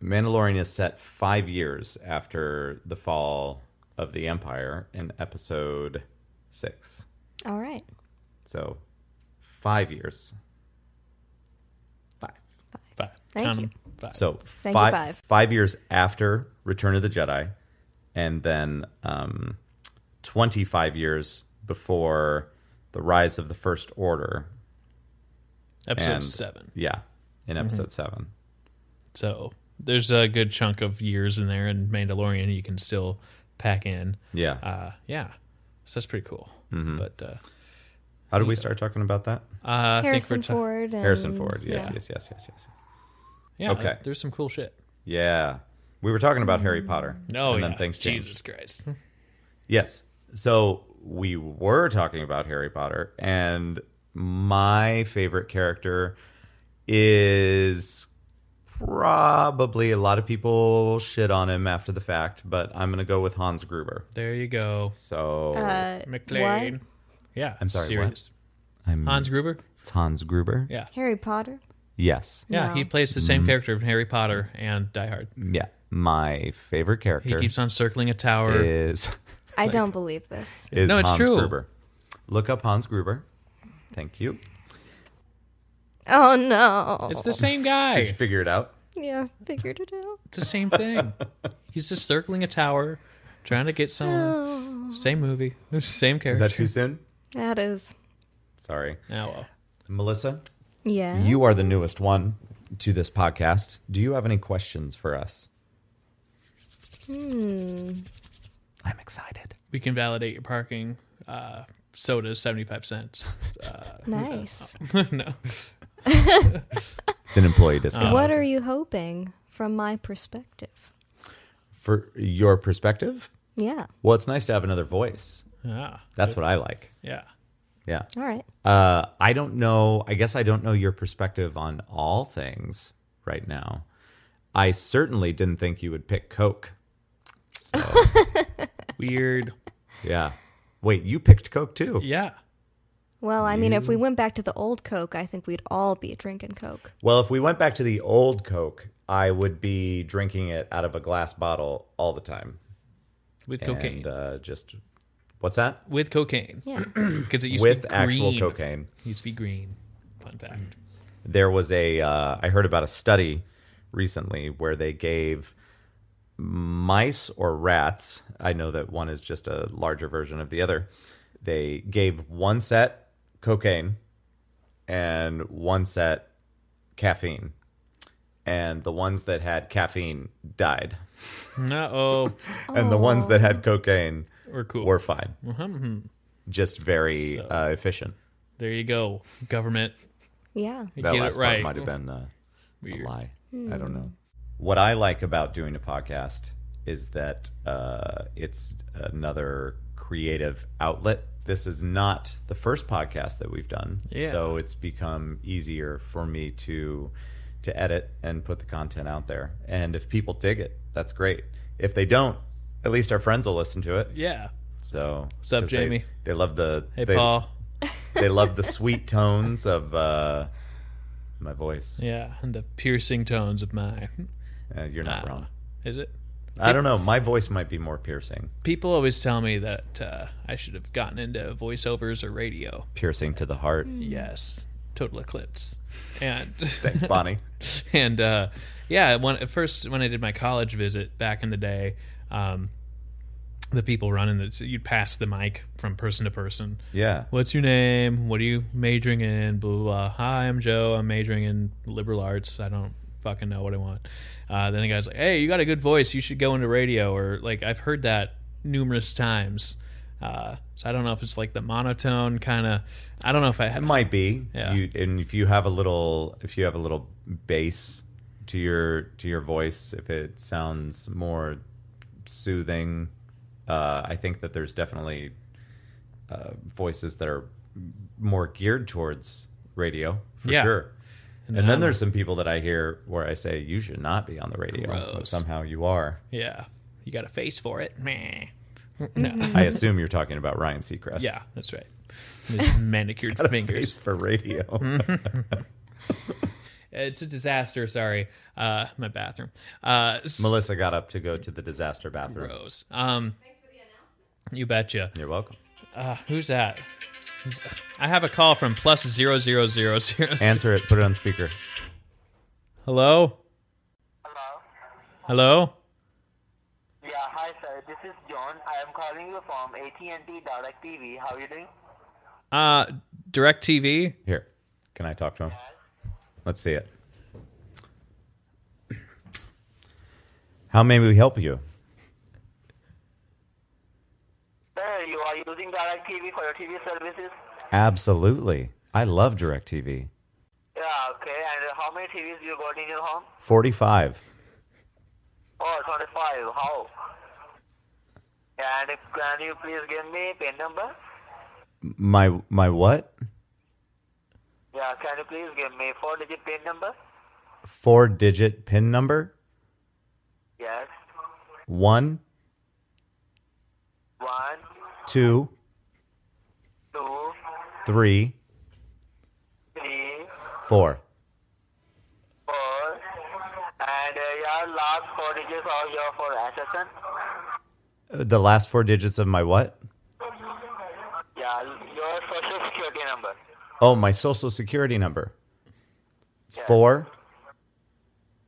S1: Mandalorian is set five years after the fall of the Empire in episode six.
S2: All right.
S1: So, five years. Five.
S3: Five.
S2: Thank
S3: Count
S2: you.
S3: 'em. Five.
S1: So,
S2: you,
S1: five,
S2: five.
S1: five years after Return of the Jedi, and then um, 25 years before the rise of the First Order.
S3: episode
S1: and-
S3: seven.
S1: Yeah, in
S2: Mm-hmm.
S1: episode seven.
S3: So there's a good chunk of years in there, and Mandalorian you can still pack in.
S1: Yeah.
S3: Uh, yeah, so that's pretty cool.
S1: Mm-hmm.
S3: But uh,
S1: How did we start talking about that?
S3: uh, I
S2: Harrison
S3: think we're ta-
S2: Ford. And,
S1: Harrison Ford. Yes,
S2: Um, yeah.
S1: yes, yes, yes, yes.
S3: yeah,
S1: Okay.
S3: there- there's some cool shit.
S1: Yeah. We were talking about Harry Potter. and
S3: No, Mm. Oh, yeah.
S1: then things changed.
S3: Jesus Christ.
S1: Yes. So we were talking about Harry Potter, and my favorite character is probably a lot of people shit on him after the fact, but I'm going to go with Hans Gruber.
S3: There you go,
S1: So
S2: Uh,
S3: McLean.
S2: what?
S3: Yeah,
S1: I'm sorry, what? Mm.
S3: Serious.
S1: I'm,
S3: Hans Gruber.
S1: it's Hans Gruber.
S3: Yeah,
S1: *laughs*
S2: Harry Potter.
S1: Yes.
S3: yeah,
S2: No.
S3: he plays the
S1: Mm-hmm.
S3: same character from Harry Potter and Die Hard.
S1: Yeah. My favorite
S3: He
S1: character
S3: keeps on circling a tower.
S1: is
S2: I don't believe this.
S1: is
S3: No, it's
S1: Hans
S3: true.
S1: Gruber. Look up Hans Gruber. Thank you.
S2: Oh no.
S3: It's the same
S1: Did you
S3: guy.
S1: figure it out?
S2: Yeah, figured it out.
S3: It's the
S1: *laughs*
S3: same thing. He's just circling a tower, trying to get someone. Same movie, same
S1: Is
S3: character.
S1: that too soon?
S2: That is.
S1: Sorry.
S3: Oh, well.
S1: Melissa,
S2: Yeah.
S1: you are the newest one to this podcast. Do you have any questions for us? Hmm. I'm excited.
S3: we can validate your parking. Uh, soda is 75
S1: *laughs*
S3: cents.
S2: nice.
S3: no.
S1: It's an employee discount.
S2: what are you hoping from my perspective?
S1: for your perspective,
S2: Yeah.
S1: well, it's nice to have another voice.
S3: Ah,
S1: That's what I like.
S3: yeah.
S1: Yeah.
S2: All right.
S1: Uh, I don't know. I guess I don't know your perspective on all things right now. I certainly didn't think you would pick Coke. So,
S2: *laughs*
S3: Weird.
S1: yeah. Wait, you picked Coke too.
S3: Yeah.
S2: Well, I mean, if we went back to the old Coke, I think we'd all be drinking Coke.
S1: Well, if we went back to the old Coke, I would be drinking it out of a glass bottle all the time.
S3: With cocaine.
S1: And uh, just, what's that?
S3: with cocaine. *clears throat*
S2: Yeah.
S3: Because it used
S1: With
S3: to be
S1: actual
S3: green.
S1: cocaine.
S3: It used to be green. Fun fact.
S1: There was a, uh, I heard about a study recently where they gave mice or rats, I know that one is just a larger version of the other, they gave one set cocaine and one set caffeine. And the ones that had caffeine died.
S3: Uh oh.
S1: and the ones that had cocaine
S3: We're cool.
S1: were fine.
S3: hmm.
S1: Just very uh, efficient.
S3: there you go. Government.
S2: Yeah.
S3: You
S1: That
S3: get
S1: last
S3: it right.
S1: part might have been uh, a
S3: Weird. Hmm.
S1: lie. I don't know. What I like about doing a podcast is that uh, it's another creative outlet. This is not the first podcast that we've done,
S3: Yeah.
S1: so it's become easier for me to to edit and put the content out there. And if people dig it, that's great. If they don't, at least our friends will listen to it.
S3: Yeah.
S1: So what's
S3: up, Jamie?
S1: They, love the
S3: Hey,
S1: they,
S3: Paul.
S1: They love
S3: *laughs*
S1: the sweet tones of uh, my voice.
S3: Yeah. And the piercing tones of mine.
S1: Uh, you're not
S3: Uh,
S1: wrong.
S3: Is it?
S1: I don't know. My voice might be more piercing,
S3: People always tell me that uh, I should have gotten into voiceovers or radio.
S1: piercing to the heart.
S3: Mm. Yes. Total eclipse. And
S1: Thanks, Bonnie.
S3: *laughs* and uh, yeah, when at first when I did my college visit back in the day, um, the people running the you'd pass the mic from person to person.
S1: Yeah.
S3: What's your name? What are you majoring in? Blah blah. blah. Hi, I'm Joe. I'm majoring in liberal arts. I don't fucking know what I want. Uh, then the guy's like, "Hey, you got a good voice. You should go into radio." Or like I've heard that numerous times. Uh, so I don't know if it's like the monotone kind of. I don't know if I
S1: It
S3: have.
S1: might be.
S3: Yeah.
S1: You and if you have a little, if you have a little bass to your to your voice, if it sounds more soothing, uh, I think that there's definitely uh, voices that are more geared towards radio for
S3: Yeah.
S1: sure. And, then there's some people that I hear where I say you should not be on the radio, but
S3: Gross.
S1: somehow you are.
S3: Yeah, you got a face for it. Meh.
S1: Mm-hmm.
S3: No.
S1: I assume you're talking about Ryan Seacrest.
S3: Yeah, that's right.
S1: *laughs*
S3: His manicured fingers.
S1: Face for radio.
S3: *laughs* It's a disaster. Sorry, uh, my bathroom. Uh, s-
S1: Melissa got up to go to the disaster bathroom.
S3: Rose. Um, you betcha.
S1: You're welcome.
S3: Uh, who's that? Who's- I have a call from plus zero zero zero zero.
S1: *laughs* Answer it. Put it on speaker.
S3: Hello.
S9: Hello.
S3: Hello.
S9: Yeah, hi sir. This is John. I am calling you from AT&T Direct TV. How are you doing?
S3: Uh, Directv.
S1: Here. Can I talk to him? Let's see it. How may we help you?
S9: Sir, you are using Direct TV for your TV services.
S1: Absolutely. I love DirecTV.
S9: Yeah, Ah, okay. And how many TVs you got in your home?
S1: 45.
S9: Oh, 25. How? And can you please give me pin number?
S1: My my what?
S9: Yeah, can you please give me four-digit pin number?
S1: Four digit pin number?
S9: Yes.
S1: One,
S9: One,
S1: two,
S9: two,
S1: three,
S9: three,
S1: four.
S9: four. And uh, your last four digits are your for SSN.
S1: Uh, The last four digits of my what?
S9: Yeah, your social security number.
S1: Oh, my social security number. It's four,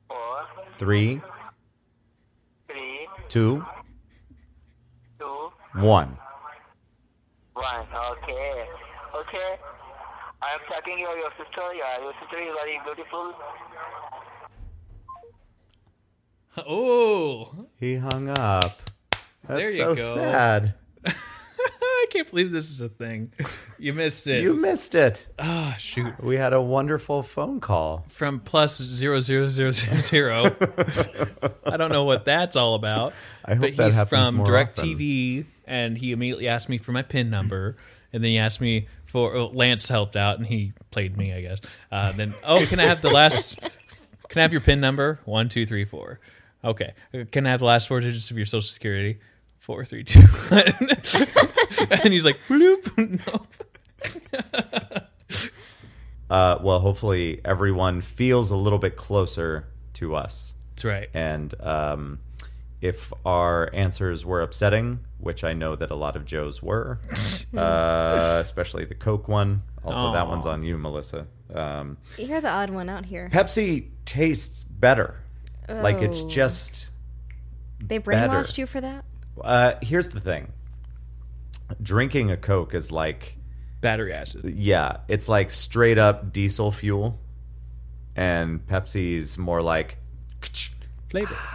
S9: Four,
S1: three,
S9: three,
S1: two,
S9: two,
S1: one.
S9: one. Okay. Okay. I am checking your, your sister. Yeah, your sister is very beautiful.
S3: Oh,
S1: He hung up. That's
S3: There you
S1: so
S3: go.
S1: sad.
S3: *laughs* I can't believe this is a thing. You missed it.
S1: You missed it.
S3: Ah, shoot.
S1: We had a wonderful phone call.
S3: From plus zero zero
S1: *laughs*
S3: zero zero zero. I don't know what that's all about.
S1: I hope
S3: but
S1: that
S3: he's
S1: happens
S3: from
S1: more
S3: DirecTV, and he immediately asked me for my PIN number, and then he asked me for oh, Lance helped out, and he played me, I guess. Uh, then oh, can I have the last? Can I have your PIN number? One two three four. Okay. Uh, Can I have the last four digits of your social security? Four three two one. *laughs* and he's like, bloop. *laughs* No.
S1: Uh, well, hopefully everyone feels a little bit closer to us.
S3: That's right.
S1: And um, if our answers were upsetting, which I know that a lot of Joe's
S3: *laughs*
S1: were, uh, especially the Coke one. Also, that one's on you, Melissa. Um,
S2: You're the odd one out here.
S1: Pepsi tastes better. Like it's
S2: Oh.
S1: just.
S2: They
S1: better.
S2: brainwashed you for that?
S1: Uh, here's the thing. Drinking a Coke is like
S3: Battery acid.
S1: Yeah, it's like straight up diesel fuel, and Pepsi's more like.
S3: flavor. *sighs*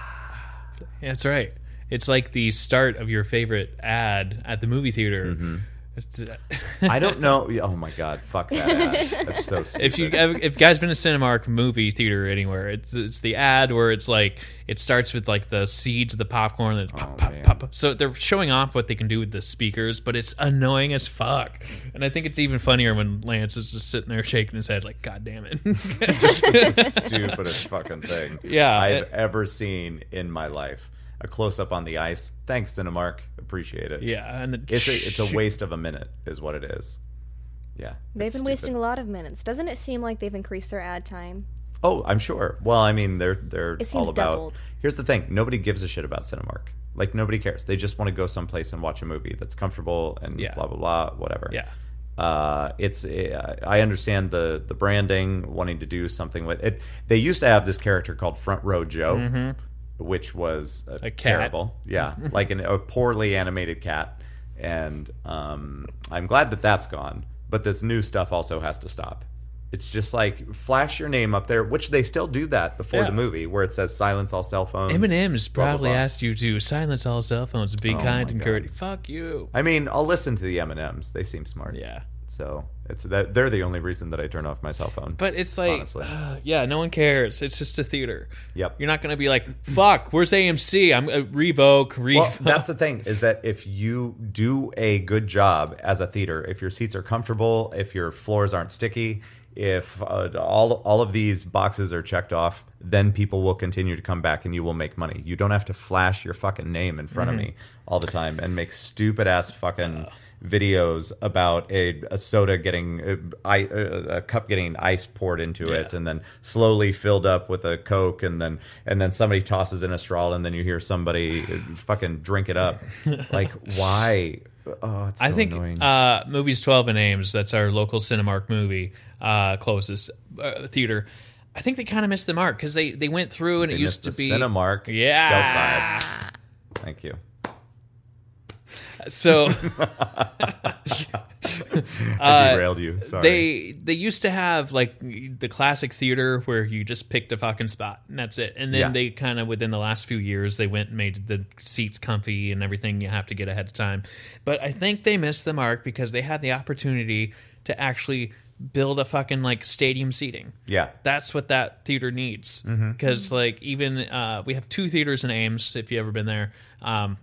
S3: Yeah, that's right. It's like the start of your favorite ad at the movie theater.
S1: Mm-hmm.
S3: It's, uh, *laughs*
S1: I don't know. Oh my god, fuck that ad. That's so stupid.
S3: *laughs* if you if you guys been to Cinemark movie theater anywhere, it's it's the ad where it's like it starts with like the seeds of the popcorn and it's pop pop,
S1: Oh, man.
S3: pop pop. So they're showing off what they can do with the speakers, but it's annoying as fuck. And I think it's even funnier when Lance is just sitting there shaking his head like, "God
S1: *laughs*
S3: damn *laughs* it."
S1: the stupidest fucking thing
S3: *laughs* Yeah,
S1: I've
S3: it-
S1: ever seen in my life. A close up on the ice. Thanks, Cinemark. Appreciate it.
S3: yeah, and the-
S1: It's a, it's
S3: *laughs*
S1: a waste of a minute, is what it is. Yeah.
S2: They've been
S1: it's stupid.
S2: wasting a lot of minutes. Doesn't it seem like they've increased their ad time?
S1: Oh, I'm sure. Well, I mean, they're they're
S2: It
S1: all
S2: seems
S1: about.
S2: doubled.
S1: Here's the thing: nobody gives a shit about Cinemark. Like nobody cares. They just want to go someplace and watch a movie that's comfortable and
S3: Yeah.
S1: blah blah blah, whatever.
S3: Yeah.
S1: Uh, it's uh, I understand the the branding wanting to do something with it. They used to have this character called Front Row Joe, which was uh,
S3: Mm-hmm. A cat.
S1: terrible.
S3: *laughs*
S1: Yeah, like an, a poorly animated cat. And um, I'm glad that that's gone. But this new stuff also has to stop. It's just like flash your name up there, which they still do that before
S3: Yeah.
S1: the movie, where it says silence all cell phones.
S3: M&M's
S1: blah, blah,
S3: proudly
S1: blah.
S3: asked you to silence all cell phones, be kind
S1: my
S3: and
S1: God.
S3: courteous. Fuck you.
S1: I mean, I'll listen to the M and M's. They seem smart.
S3: Yeah.
S1: So it's that they're the only reason that I turn off my cell phone.
S3: But it's like,
S1: Honestly.
S3: uh, *sighs* yeah, no one cares. It's just a theater.
S1: Yep.
S3: You're not going to be like, fuck, where's AMC? I'm uh, revoke,
S1: Well,
S3: revoke.
S1: that's the thing is that if you do a good job as a theater, if your seats are comfortable, if your floors aren't sticky, if uh, all all of these boxes are checked off, then people will continue to come back and you will make money. You don't have to flash your fucking name in front of me all the time and make stupid ass fucking videos about a, a soda getting uh, I, uh, a cup getting ice poured into it and then slowly filled up with a coke and then and then somebody tosses in a straw and then you hear somebody uh, fucking drink it
S3: *laughs*
S1: up like why oh it's so
S3: *laughs* I think
S1: annoying
S3: uh, movies twelve and Ames. That's our local Cinemark movie uh, closest uh, theater. I think they kind of missed the mark because they they went through and
S1: They
S3: it used to
S1: missed
S3: be
S1: the Cinemark
S3: Yeah.
S1: sell five. thank you
S3: *laughs* so
S1: I derailed you sorry
S3: Uh, they they used to have like the classic theater where you just picked a fucking spot and that's it. And then
S1: Yeah.
S3: they kind of within the last few years they went and made the seats comfy and everything you have to get ahead of time. But I think they missed the mark because they had the opportunity to actually build a fucking like stadium seating.
S1: yeah Mm-hmm.
S3: That's what that theater needs. Because like even uh, we have two theaters in Ames. If you have ever been there, um,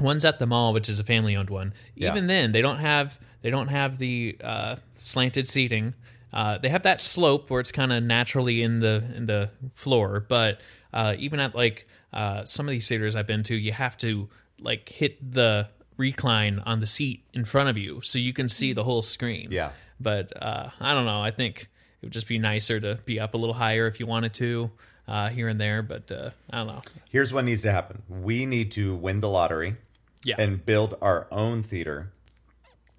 S3: one's at the mall, which is a family-owned one.
S1: Yeah.
S3: Even then, they don't have they don't have the uh, slanted seating. Uh, they have that slope where it's kind of naturally in the in the floor, but uh, even at like uh, some of these theaters I've been to, you have to like hit the recline on the seat in front of you so you can see the whole screen.
S1: Yeah.
S3: But uh, I don't know. I think it would just be nicer to be up a little higher if you wanted to uh, here and there. But uh, I don't know.
S1: here's what needs to happen we need to win the lottery
S3: Yeah.
S1: and build our own theater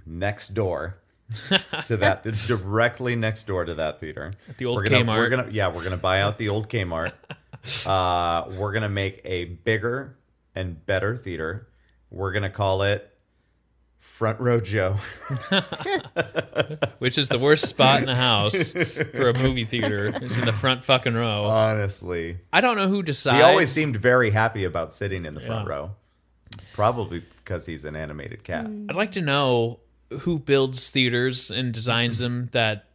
S1: next
S3: *laughs*
S1: door to that directly next door to that theater
S3: the old
S1: we're gonna,
S3: Kmart.
S1: we're gonna yeah we're gonna buy out the old
S3: *laughs*
S1: kmart uh, we're gonna make a bigger and better theater we're gonna call it front row joe *laughs*
S3: Which is the worst spot in the house for a movie theater? Is in the front fucking row.
S1: honestly
S3: I don't know who decides.
S1: He always seemed very happy about sitting in the front
S3: Yeah.
S1: row. Probably because he's an animated cat.
S3: I'd like to know who builds theaters and designs them. That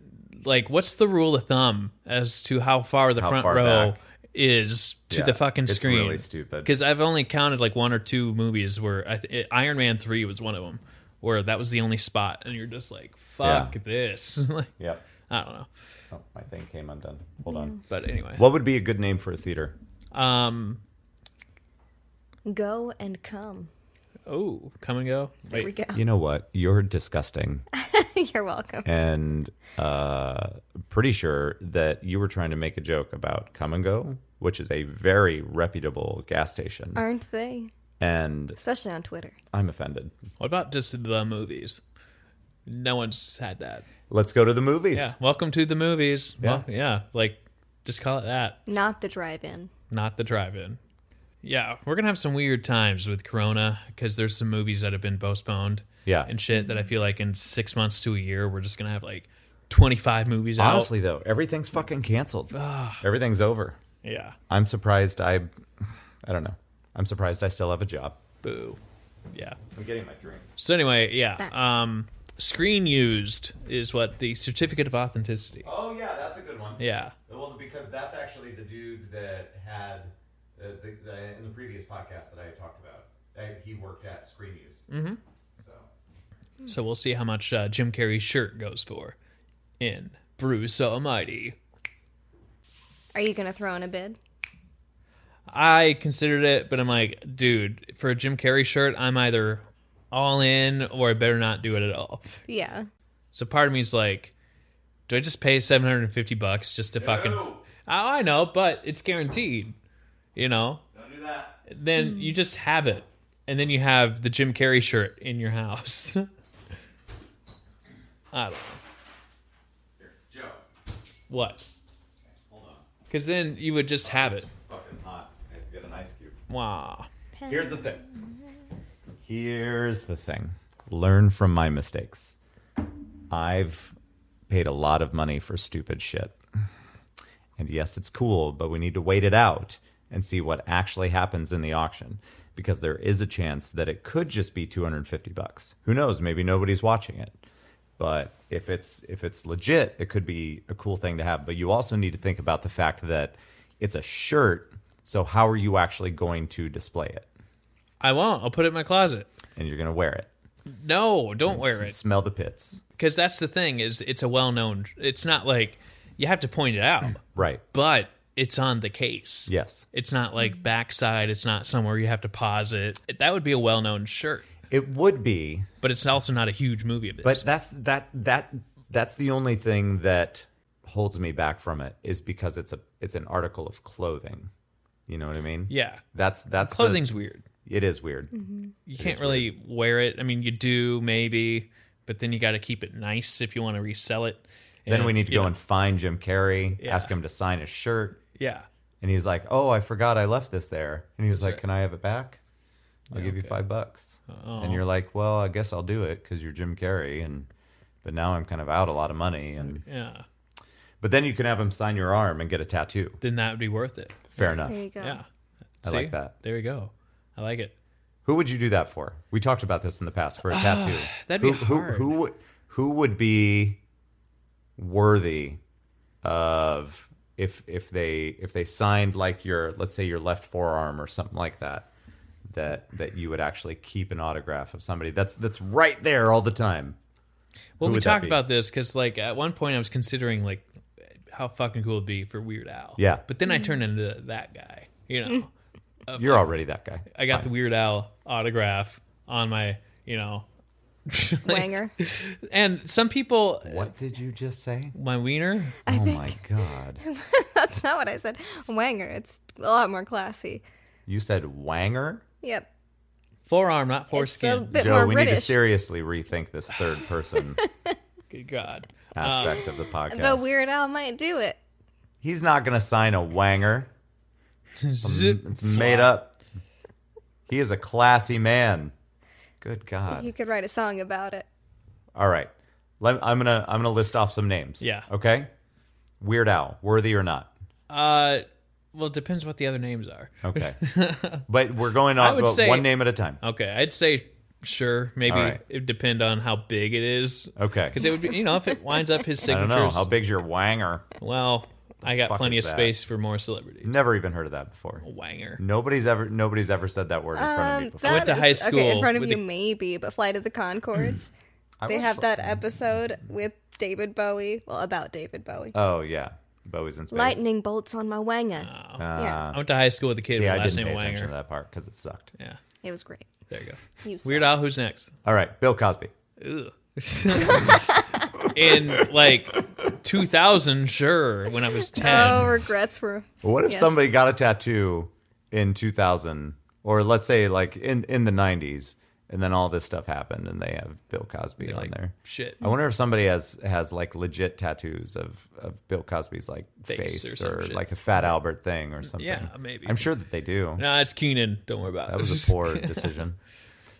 S3: like, what's the rule of thumb as to how far the
S1: How
S3: front
S1: far
S3: row
S1: back?
S3: is to
S1: Yeah,
S3: the fucking
S1: it's
S3: screen?
S1: really stupid.
S3: Because I've only counted like one or two movies where I th- Iron Man three was one of them, where that was the only spot, and you're just like, fuck
S1: Yeah.
S3: this. *laughs* like,
S1: Yep.
S3: I don't know.
S1: Oh, my thing came undone. Hold on.
S3: But anyway,
S1: What would be a good name for a theater?
S3: um,
S2: Go and come.
S3: oh, come and go.
S2: There we
S3: Wait,
S2: go.
S1: You know what? You're disgusting.
S2: *laughs* You're welcome.
S1: And uh, pretty sure that you were trying to make a joke about Come and Go, which is a very reputable gas station.
S2: Aren't they?
S1: And
S2: Especially on Twitter.
S1: I'm offended.
S3: what about just the movies? No one's had that.
S1: Let's go to the movies.
S3: Yeah, welcome to the movies.
S1: Yeah.
S3: Well, yeah, like just call it that,
S2: Not the drive in.
S3: not the drive-in. Yeah, we're gonna have some weird times with Corona because there's some movies that have been postponed.
S1: Yeah.
S3: and shit that I feel like in six months to a year we're just gonna have like 25 movies out.
S1: Honestly, though, everything's fucking canceled. Everything's over.
S3: yeah,
S1: I'm surprised I I don't know. I'm surprised I still have a job.
S3: boo. Yeah.
S1: I'm getting my drink.
S3: So anyway, yeah. Um, screen used is what the certificate of authenticity.
S1: Oh yeah, that's a good one.
S3: Yeah.
S1: Well, because that's actually the dude that had uh, the, the, in the previous podcast that I talked about. That he worked at Screen Use. Mm-hmm. So
S3: So we'll see how much uh, Jim Carrey's shirt goes for in Brew So Mighty.
S2: Are you going to throw in a bid?
S3: I considered it, but I'm like, dude, for a Jim Carrey shirt, I'm either all in or I better not do it at all.
S2: Yeah.
S3: So part of me's like, do I just pay 750 bucks just to fucking? Oh, I know, but it's guaranteed. You know,
S1: don't do that.
S3: then you just have it, and then you have the Jim Carrey shirt in your house. *laughs* I don't know
S1: Here, Joe.
S3: what,
S1: Hold on.
S3: because then you would just have it.
S1: Fucking hot. I get an ice cube.
S3: Wow.
S1: Here's the thing. Here's the thing. Learn from my mistakes. I've paid a lot of money for stupid shit. And yes, it's cool, but we need to wait it out and see what actually happens in the auction because there is a chance that it could just be 250 bucks. Who knows, maybe nobody's watching it. But if it's if it's legit, it could be a cool thing to have, but you also need to think about the fact that it's a shirt, so how are you actually going to display it?
S3: I won't. I'll put it in my closet.
S1: and you're going to wear it.
S3: No, don't wear
S1: S-
S3: it.
S1: Smell the pits.
S3: Because that's the thing is it's a well-known it's not like you have to point
S1: *clears throat*
S3: it out,
S1: Right.
S3: but it's on the case.
S1: Yes.
S3: It's not like backside, it's not somewhere you have to pause it. That would be a well-known shirt,
S1: It would be,
S3: but it's also not a huge movie of this.
S1: but that's that that that's the only thing that holds me back from it is because it's a it's an article of clothing. You know what I mean?
S3: yeah.
S1: That's that's the-
S3: Clothing's Mm-hmm. weird.
S1: it is weird.
S3: You can't really wear it. I mean, you do maybe, but then you got to keep it nice if you want to resell it.
S1: Then
S3: And,
S1: we need to
S3: you
S1: go
S3: know,
S1: and find Jim Carrey,
S3: Yeah.
S1: ask him to sign his shirt,
S3: yeah.
S1: and he's like, "Oh, I forgot I left this there," and he was like, "Can I have it back? I'll give you five bucks." And you're like, "Well, I guess I'll do it because you're Jim Carrey," and but now I'm kind of out a lot of money, and
S3: Yeah.
S1: but then you can have him sign your arm and get a tattoo.
S3: Then that would be worth it.
S1: Fair enough.
S2: There you go.
S3: Yeah.
S1: I like that.
S3: There you go. I like it.
S1: Who would you do that for? We talked about this in the past for a tattoo.
S3: That'd
S1: who,
S3: be
S1: who,
S3: hard.
S1: who would- who would be worthy of if if they if they signed like your let's say your left forearm or something like that that that you would actually keep an autograph of somebody that's that's right there all the time.
S3: well,
S1: who
S3: we
S1: would that
S3: talked
S1: be?
S3: about this because, like, at one point I was considering, like, how fucking cool it'd be for Weird Al.
S1: Yeah.
S3: But
S2: Mm.
S3: then I turned into that guy, you know?
S1: You're already that guy.
S3: I got the Weird Al autograph on my, you know.
S2: *laughs*
S3: *laughs*
S2: Wanger. *laughs*
S3: And some people,
S1: What did you just say?
S3: my wiener,
S1: oh my god.
S2: That's not what I said. Wanger. It's a lot more classy.
S1: You said wanger?
S2: Yep.
S3: forearm, not
S2: It's a
S3: foreskin.
S2: bit
S1: Joe,
S2: more
S1: we need to
S2: British.
S1: seriously rethink this third
S2: *laughs*
S1: person
S3: Good God.
S1: aspect of the podcast.
S2: But Weird Al might do it.
S1: He's not going to sign a wanger.
S3: Zip.
S1: It's made up. He is a classy man. Good
S2: He
S1: God.
S2: could write a song about it.
S1: All right. Let, I'm gonna I'm gonna list off some names.
S3: Yeah.
S1: Okay. Weird Al, worthy or not?
S3: *laughs* Uh, well, it depends what the other names are. *laughs*
S1: Okay. but we're going
S3: I
S1: on
S3: would
S1: but
S3: say-
S1: one name at a time.
S3: Okay, I'd say sure. Maybe
S1: All right.
S3: it'd depend on how big it is.
S1: Okay.
S3: Because it would be, you know, if it winds up his
S1: *laughs* I don't
S3: signatures.
S1: know how big's your wanger.
S3: Well, I got
S1: fuck
S3: plenty
S1: is
S3: of
S1: that?
S3: space for more celebrities.
S1: Never even heard of that before.
S3: Wanger.
S1: Nobody's ever nobody's ever said that word in front of me before.
S2: that
S3: went to high
S2: Okay, in
S3: school
S2: front of
S3: with
S2: you,
S3: the-
S2: maybe, but Flight
S3: *clears throat*
S2: of the Concords.
S1: I
S2: they
S1: was
S2: have
S1: fu-
S2: that episode with David Bowie. Well, about David Bowie.
S1: Oh yeah, Bowie's in space.
S2: Lightning bolts on my wanger.
S3: Oh.
S2: yeah,
S1: Ah.
S3: I went to high school with a kid
S1: See,
S3: with
S1: I
S3: the last
S1: didn't
S3: name
S1: pay attention to
S3: Wanger.
S1: that part because it sucked.
S3: Yeah,
S2: it was great.
S3: there you go.
S2: You
S3: Weird
S2: suck.
S3: Al, who's next? *laughs*
S1: All right, Bill Cosby.
S3: Ugh. In like 2000, sure, when I was 10.
S2: Oh, regrets were.
S1: What if
S2: Yes.
S1: somebody got a tattoo in 2000 or let's say like in, in the 90s and then all this stuff happened and they have Bill Cosby on
S3: like,
S1: there?
S3: Shit.
S1: I wonder if somebody has has like legit tattoos of, of Bill Cosby's like
S3: Face
S1: face,
S3: or some
S1: or,
S3: shit.
S1: like a Fat Albert thing or something.
S3: Yeah, maybe.
S1: I'm sure that they do.
S3: No, it's Keenan. Don't worry about it.
S1: That
S3: *laughs*
S1: was a poor decision.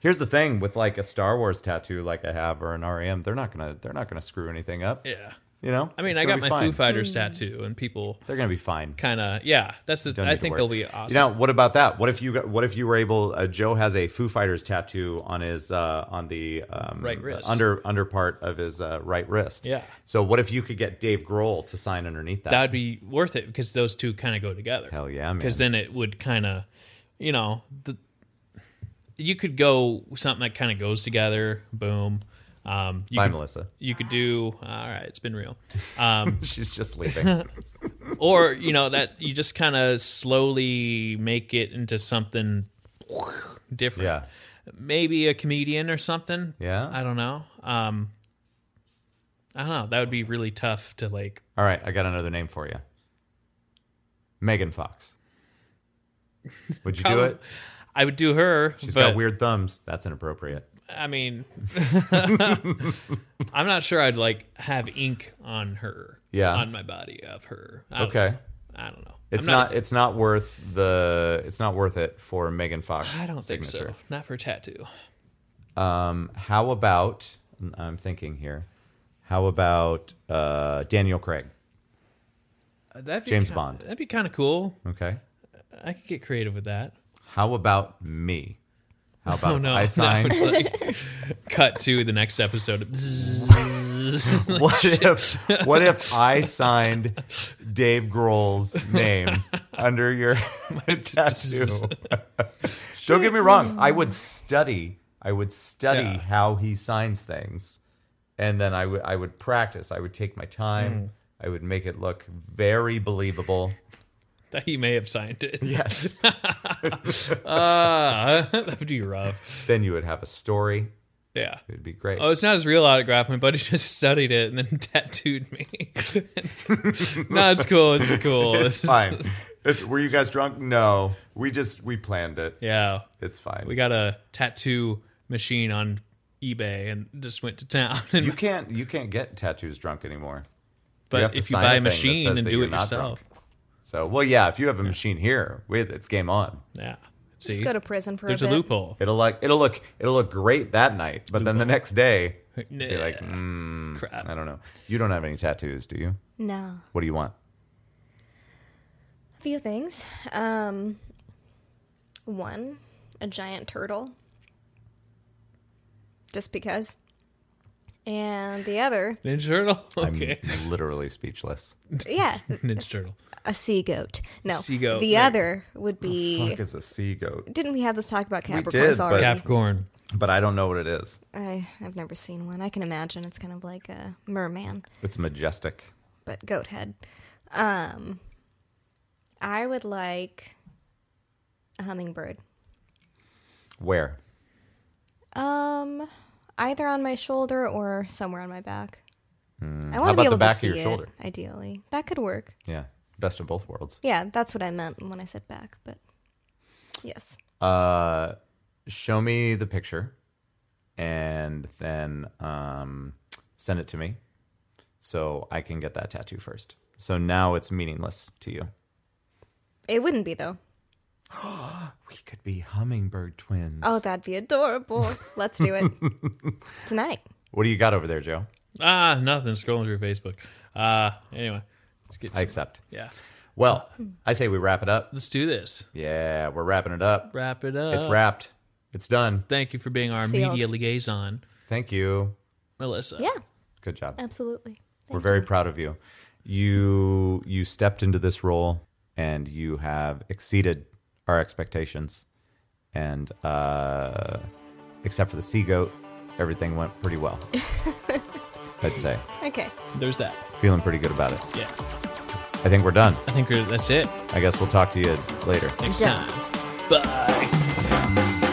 S1: Here's the thing with like a Star Wars tattoo like I have or an REM, they're not going to they're not going to screw anything up,
S3: yeah.
S1: you know?
S3: I mean,
S1: It's
S3: I
S1: gonna
S3: got
S1: be
S3: my
S1: fine.
S3: Foo Fighters tattoo, and people
S1: They're going to be fine.
S3: kind of, yeah, that's the,
S1: Don't
S3: I
S1: need to
S3: think
S1: worry.
S3: they'll be awesome.
S1: You know, what about that? What if you got? What if you were able? Uh, Joe has a Foo Fighters tattoo on his uh, on the um,
S3: Right wrist.
S1: under under part of his uh, right wrist.
S3: Yeah.
S1: So what if you could get Dave Grohl to sign underneath that?
S3: that would be worth it because those two kind of go together.
S1: Hell yeah, man.
S3: Because then it would kind of, you know, the, you could go something that kind of goes together. Boom. Um, you
S1: Bye,
S3: could,
S1: Melissa. *laughs*
S3: you could do. All right, it's been real.
S1: She's just
S3: *laughs*
S1: leaving.
S3: Or you know that you just kind of slowly make it into something different.
S1: yeah.
S3: Maybe a comedian or something.
S1: Yeah.
S3: I don't know. Um, I don't know. That would be really tough to like.
S1: All right, I got another name for you. Megan Fox. Would you do
S3: Probably-
S1: it?
S3: I would do her.
S1: She's
S3: Um, but
S1: got weird thumbs. That's inappropriate.
S3: I mean, *laughs* I'm not sure I'd like have ink on her.
S1: Yeah.
S3: On my body of her. I don't
S1: Okay.
S3: know. I don't know.
S1: It's
S3: I'm
S1: not, It's not worth the. It's not worth it for Megan Fox.
S3: I don't think
S1: signature.
S3: so. Not for a tattoo.
S1: How about I'm thinking here. How about uh, Daniel Craig?
S3: Uh, That'd be
S1: James
S3: ki-
S1: Bond.
S3: That'd be kind of cool.
S1: Okay.
S3: I could get creative with that.
S1: How about me? How about
S3: Oh
S1: if
S3: *laughs* no!
S1: I
S3: No,
S1: sign?
S3: it's like, cut to the next episode. *laughs* Bzzz.
S1: *laughs* what if what if I signed Dave Grohl's name
S3: *laughs*
S1: *laughs* under your tattoo? Don't get me wrong. I would study I would study
S3: Yeah.
S1: how he signs things, and then I would I would practice. I would take my
S3: Hmm.
S1: time. I would make it look very
S3: *laughs*
S1: believable.
S3: That he may have signed it.
S1: yes.
S3: Uh, *laughs* that would be rough.
S1: then you would have a story.
S3: Yeah.
S1: It'd be great.
S3: Oh, it's not his real autograph. My buddy *laughs* just studied it and then *laughs* tattooed me. no, it's cool. It's cool.
S1: it's
S3: *laughs*
S1: fine. It's, were you guys drunk? No, we just we planned it.
S3: Yeah.
S1: It's fine.
S3: We got a tattoo machine on eBay and just went to town. And,
S1: you can't you can't get tattoos drunk anymore.
S3: *laughs* but
S1: have to
S3: if you
S1: sign a
S3: buy a
S1: thing that
S3: machine
S1: says
S3: and
S1: that
S3: do
S1: you're
S3: it
S1: not
S3: yourself.
S1: So well, yeah. If you have a machine here, with it's game on.
S3: Yeah. See?
S2: Just go to prison for
S3: There's
S2: a
S3: a
S2: bit.
S3: loophole.
S1: It'll like it'll look it'll look great that night, but then the next day,
S3: *laughs* Nah,
S1: you're like, mm,
S3: crap.
S1: I don't know. You don't have any tattoos, do you?
S2: No.
S1: What do you want?
S2: A few things. Um, one, a giant turtle. Just because. And the other,
S3: Ninja Turtle? Okay.
S1: *laughs*
S3: *laughs*
S1: I'm literally speechless.
S2: yeah,
S3: Ninja Turtle.
S2: a sea goat. No,
S3: Sea goat,
S2: The
S3: right.
S2: other would be.
S1: Fuck is a sea goat,
S2: Didn't we have this talk about Capricorns
S1: did, *laughs* but-
S2: already?
S3: Capricorn.
S1: but I don't know what it is.
S2: I, I've never seen one. I can imagine it's kind of like a merman,
S1: It's majestic.
S2: but goat head. Um, I would like a hummingbird.
S1: Where?
S2: Um, either on my shoulder or somewhere on my back. I
S1: Hmm. How
S2: want
S1: about
S2: to be
S1: the
S2: able
S1: back
S2: to
S1: of
S2: see
S1: your
S2: it,
S1: shoulder?
S2: ideally. That could work.
S1: Yeah, best of both worlds.
S2: Yeah, that's what I meant when I said back, but yes.
S1: Uh, show me the picture, and then um, send it to me, so I can get that tattoo first. So now it's meaningless to you.
S2: It wouldn't be though.
S1: We could be hummingbird twins.
S2: Oh, that'd be adorable. Let's
S1: *laughs*
S2: do it tonight.
S1: What do you got over there, Joe?
S3: Ah, nothing. Scrolling through Facebook. Uh, anyway. Let's get
S1: I
S3: some-
S1: accept.
S3: yeah.
S1: Well, I say we wrap it up.
S3: Let's do this.
S1: Yeah, we're wrapping it up.
S3: Wrap it up.
S1: It's wrapped. It's done.
S3: Thank you for being our
S2: Sealed.
S3: media liaison,
S1: Thank you.
S3: Melissa.
S2: Yeah,
S1: Good job.
S2: absolutely.
S1: We're very proud of you. You you stepped into this role and you have exceeded our expectations. And uh, except for the sea goat, everything went pretty
S2: *laughs*
S1: well. I'd say
S2: Okay.
S3: There's that.
S1: feeling pretty good about it.
S3: Yeah.
S1: I think we're done.
S3: I think we're- that's it.
S1: I guess we'll talk to you later.
S3: Next
S2: Done.
S3: time. Bye.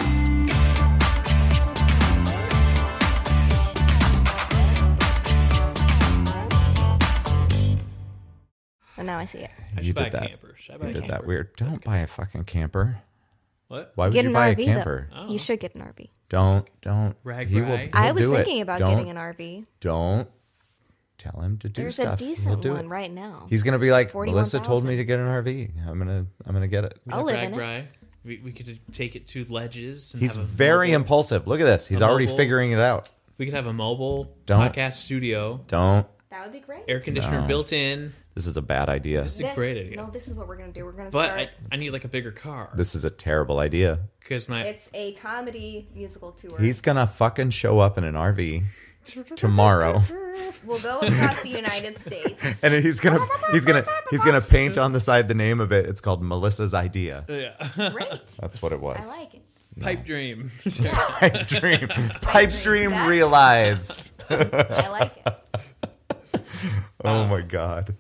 S2: And now I see it.
S3: I
S1: You
S3: should buy
S1: did
S3: a
S1: that.
S3: camper. Should I buy
S1: You
S3: a
S1: did that
S3: camper?
S1: weird. Don't buy a fucking camper.
S3: What?
S1: Why would
S2: Get
S1: you
S2: an
S1: buy
S2: RV
S1: a
S2: though.
S1: camper?
S2: You should get an RV.
S1: Don't don't.
S3: Rag
S1: he will,
S3: ride.
S2: I
S1: he'll
S2: was
S1: do it.
S2: thinking about
S1: Don't-
S2: getting an RV.
S1: Don't tell him to do
S2: There's
S1: stuff.
S2: a decent
S1: he'll do
S2: one
S1: it.
S2: right now.
S1: He's gonna be like
S2: 41,000.
S1: Melissa told me to get an RV. I'm gonna I'm gonna get it.
S2: I'll live in it.
S3: Rye. We, we could take it to ledges. And
S1: He's
S3: have a
S1: very
S3: Mobile,
S1: impulsive. Look at this. He's
S3: a
S1: already
S3: mobile-
S1: figuring it out.
S3: we could have a mobile
S1: Don't.
S3: podcast studio,
S1: Don't.
S2: That would be great.
S3: air conditioner
S1: No.
S3: built in.
S1: This is a bad idea.
S3: This is a great idea.
S2: No, this is what we're gonna do. We're gonna
S3: but
S2: start.
S3: I, I need like a bigger car
S1: This is a terrible idea.
S3: because my
S2: It's a comedy musical tour. *laughs*
S1: He's gonna fucking show up in an RV tomorrow,
S2: we'll go across the United States.
S1: and he's
S2: *laughs*
S1: gonna he's gonna he's gonna paint on the side the name of it. It's called Melissa's idea.
S3: yeah.
S1: *laughs*
S2: Great.
S1: That's what it
S2: I
S1: was.
S2: like it.
S3: *laughs* pipe
S2: *laughs*
S3: dream.
S1: Pipe dream. Pipe dream
S2: That's- *laughs*
S1: realized.
S2: I like it.
S1: Oh my god.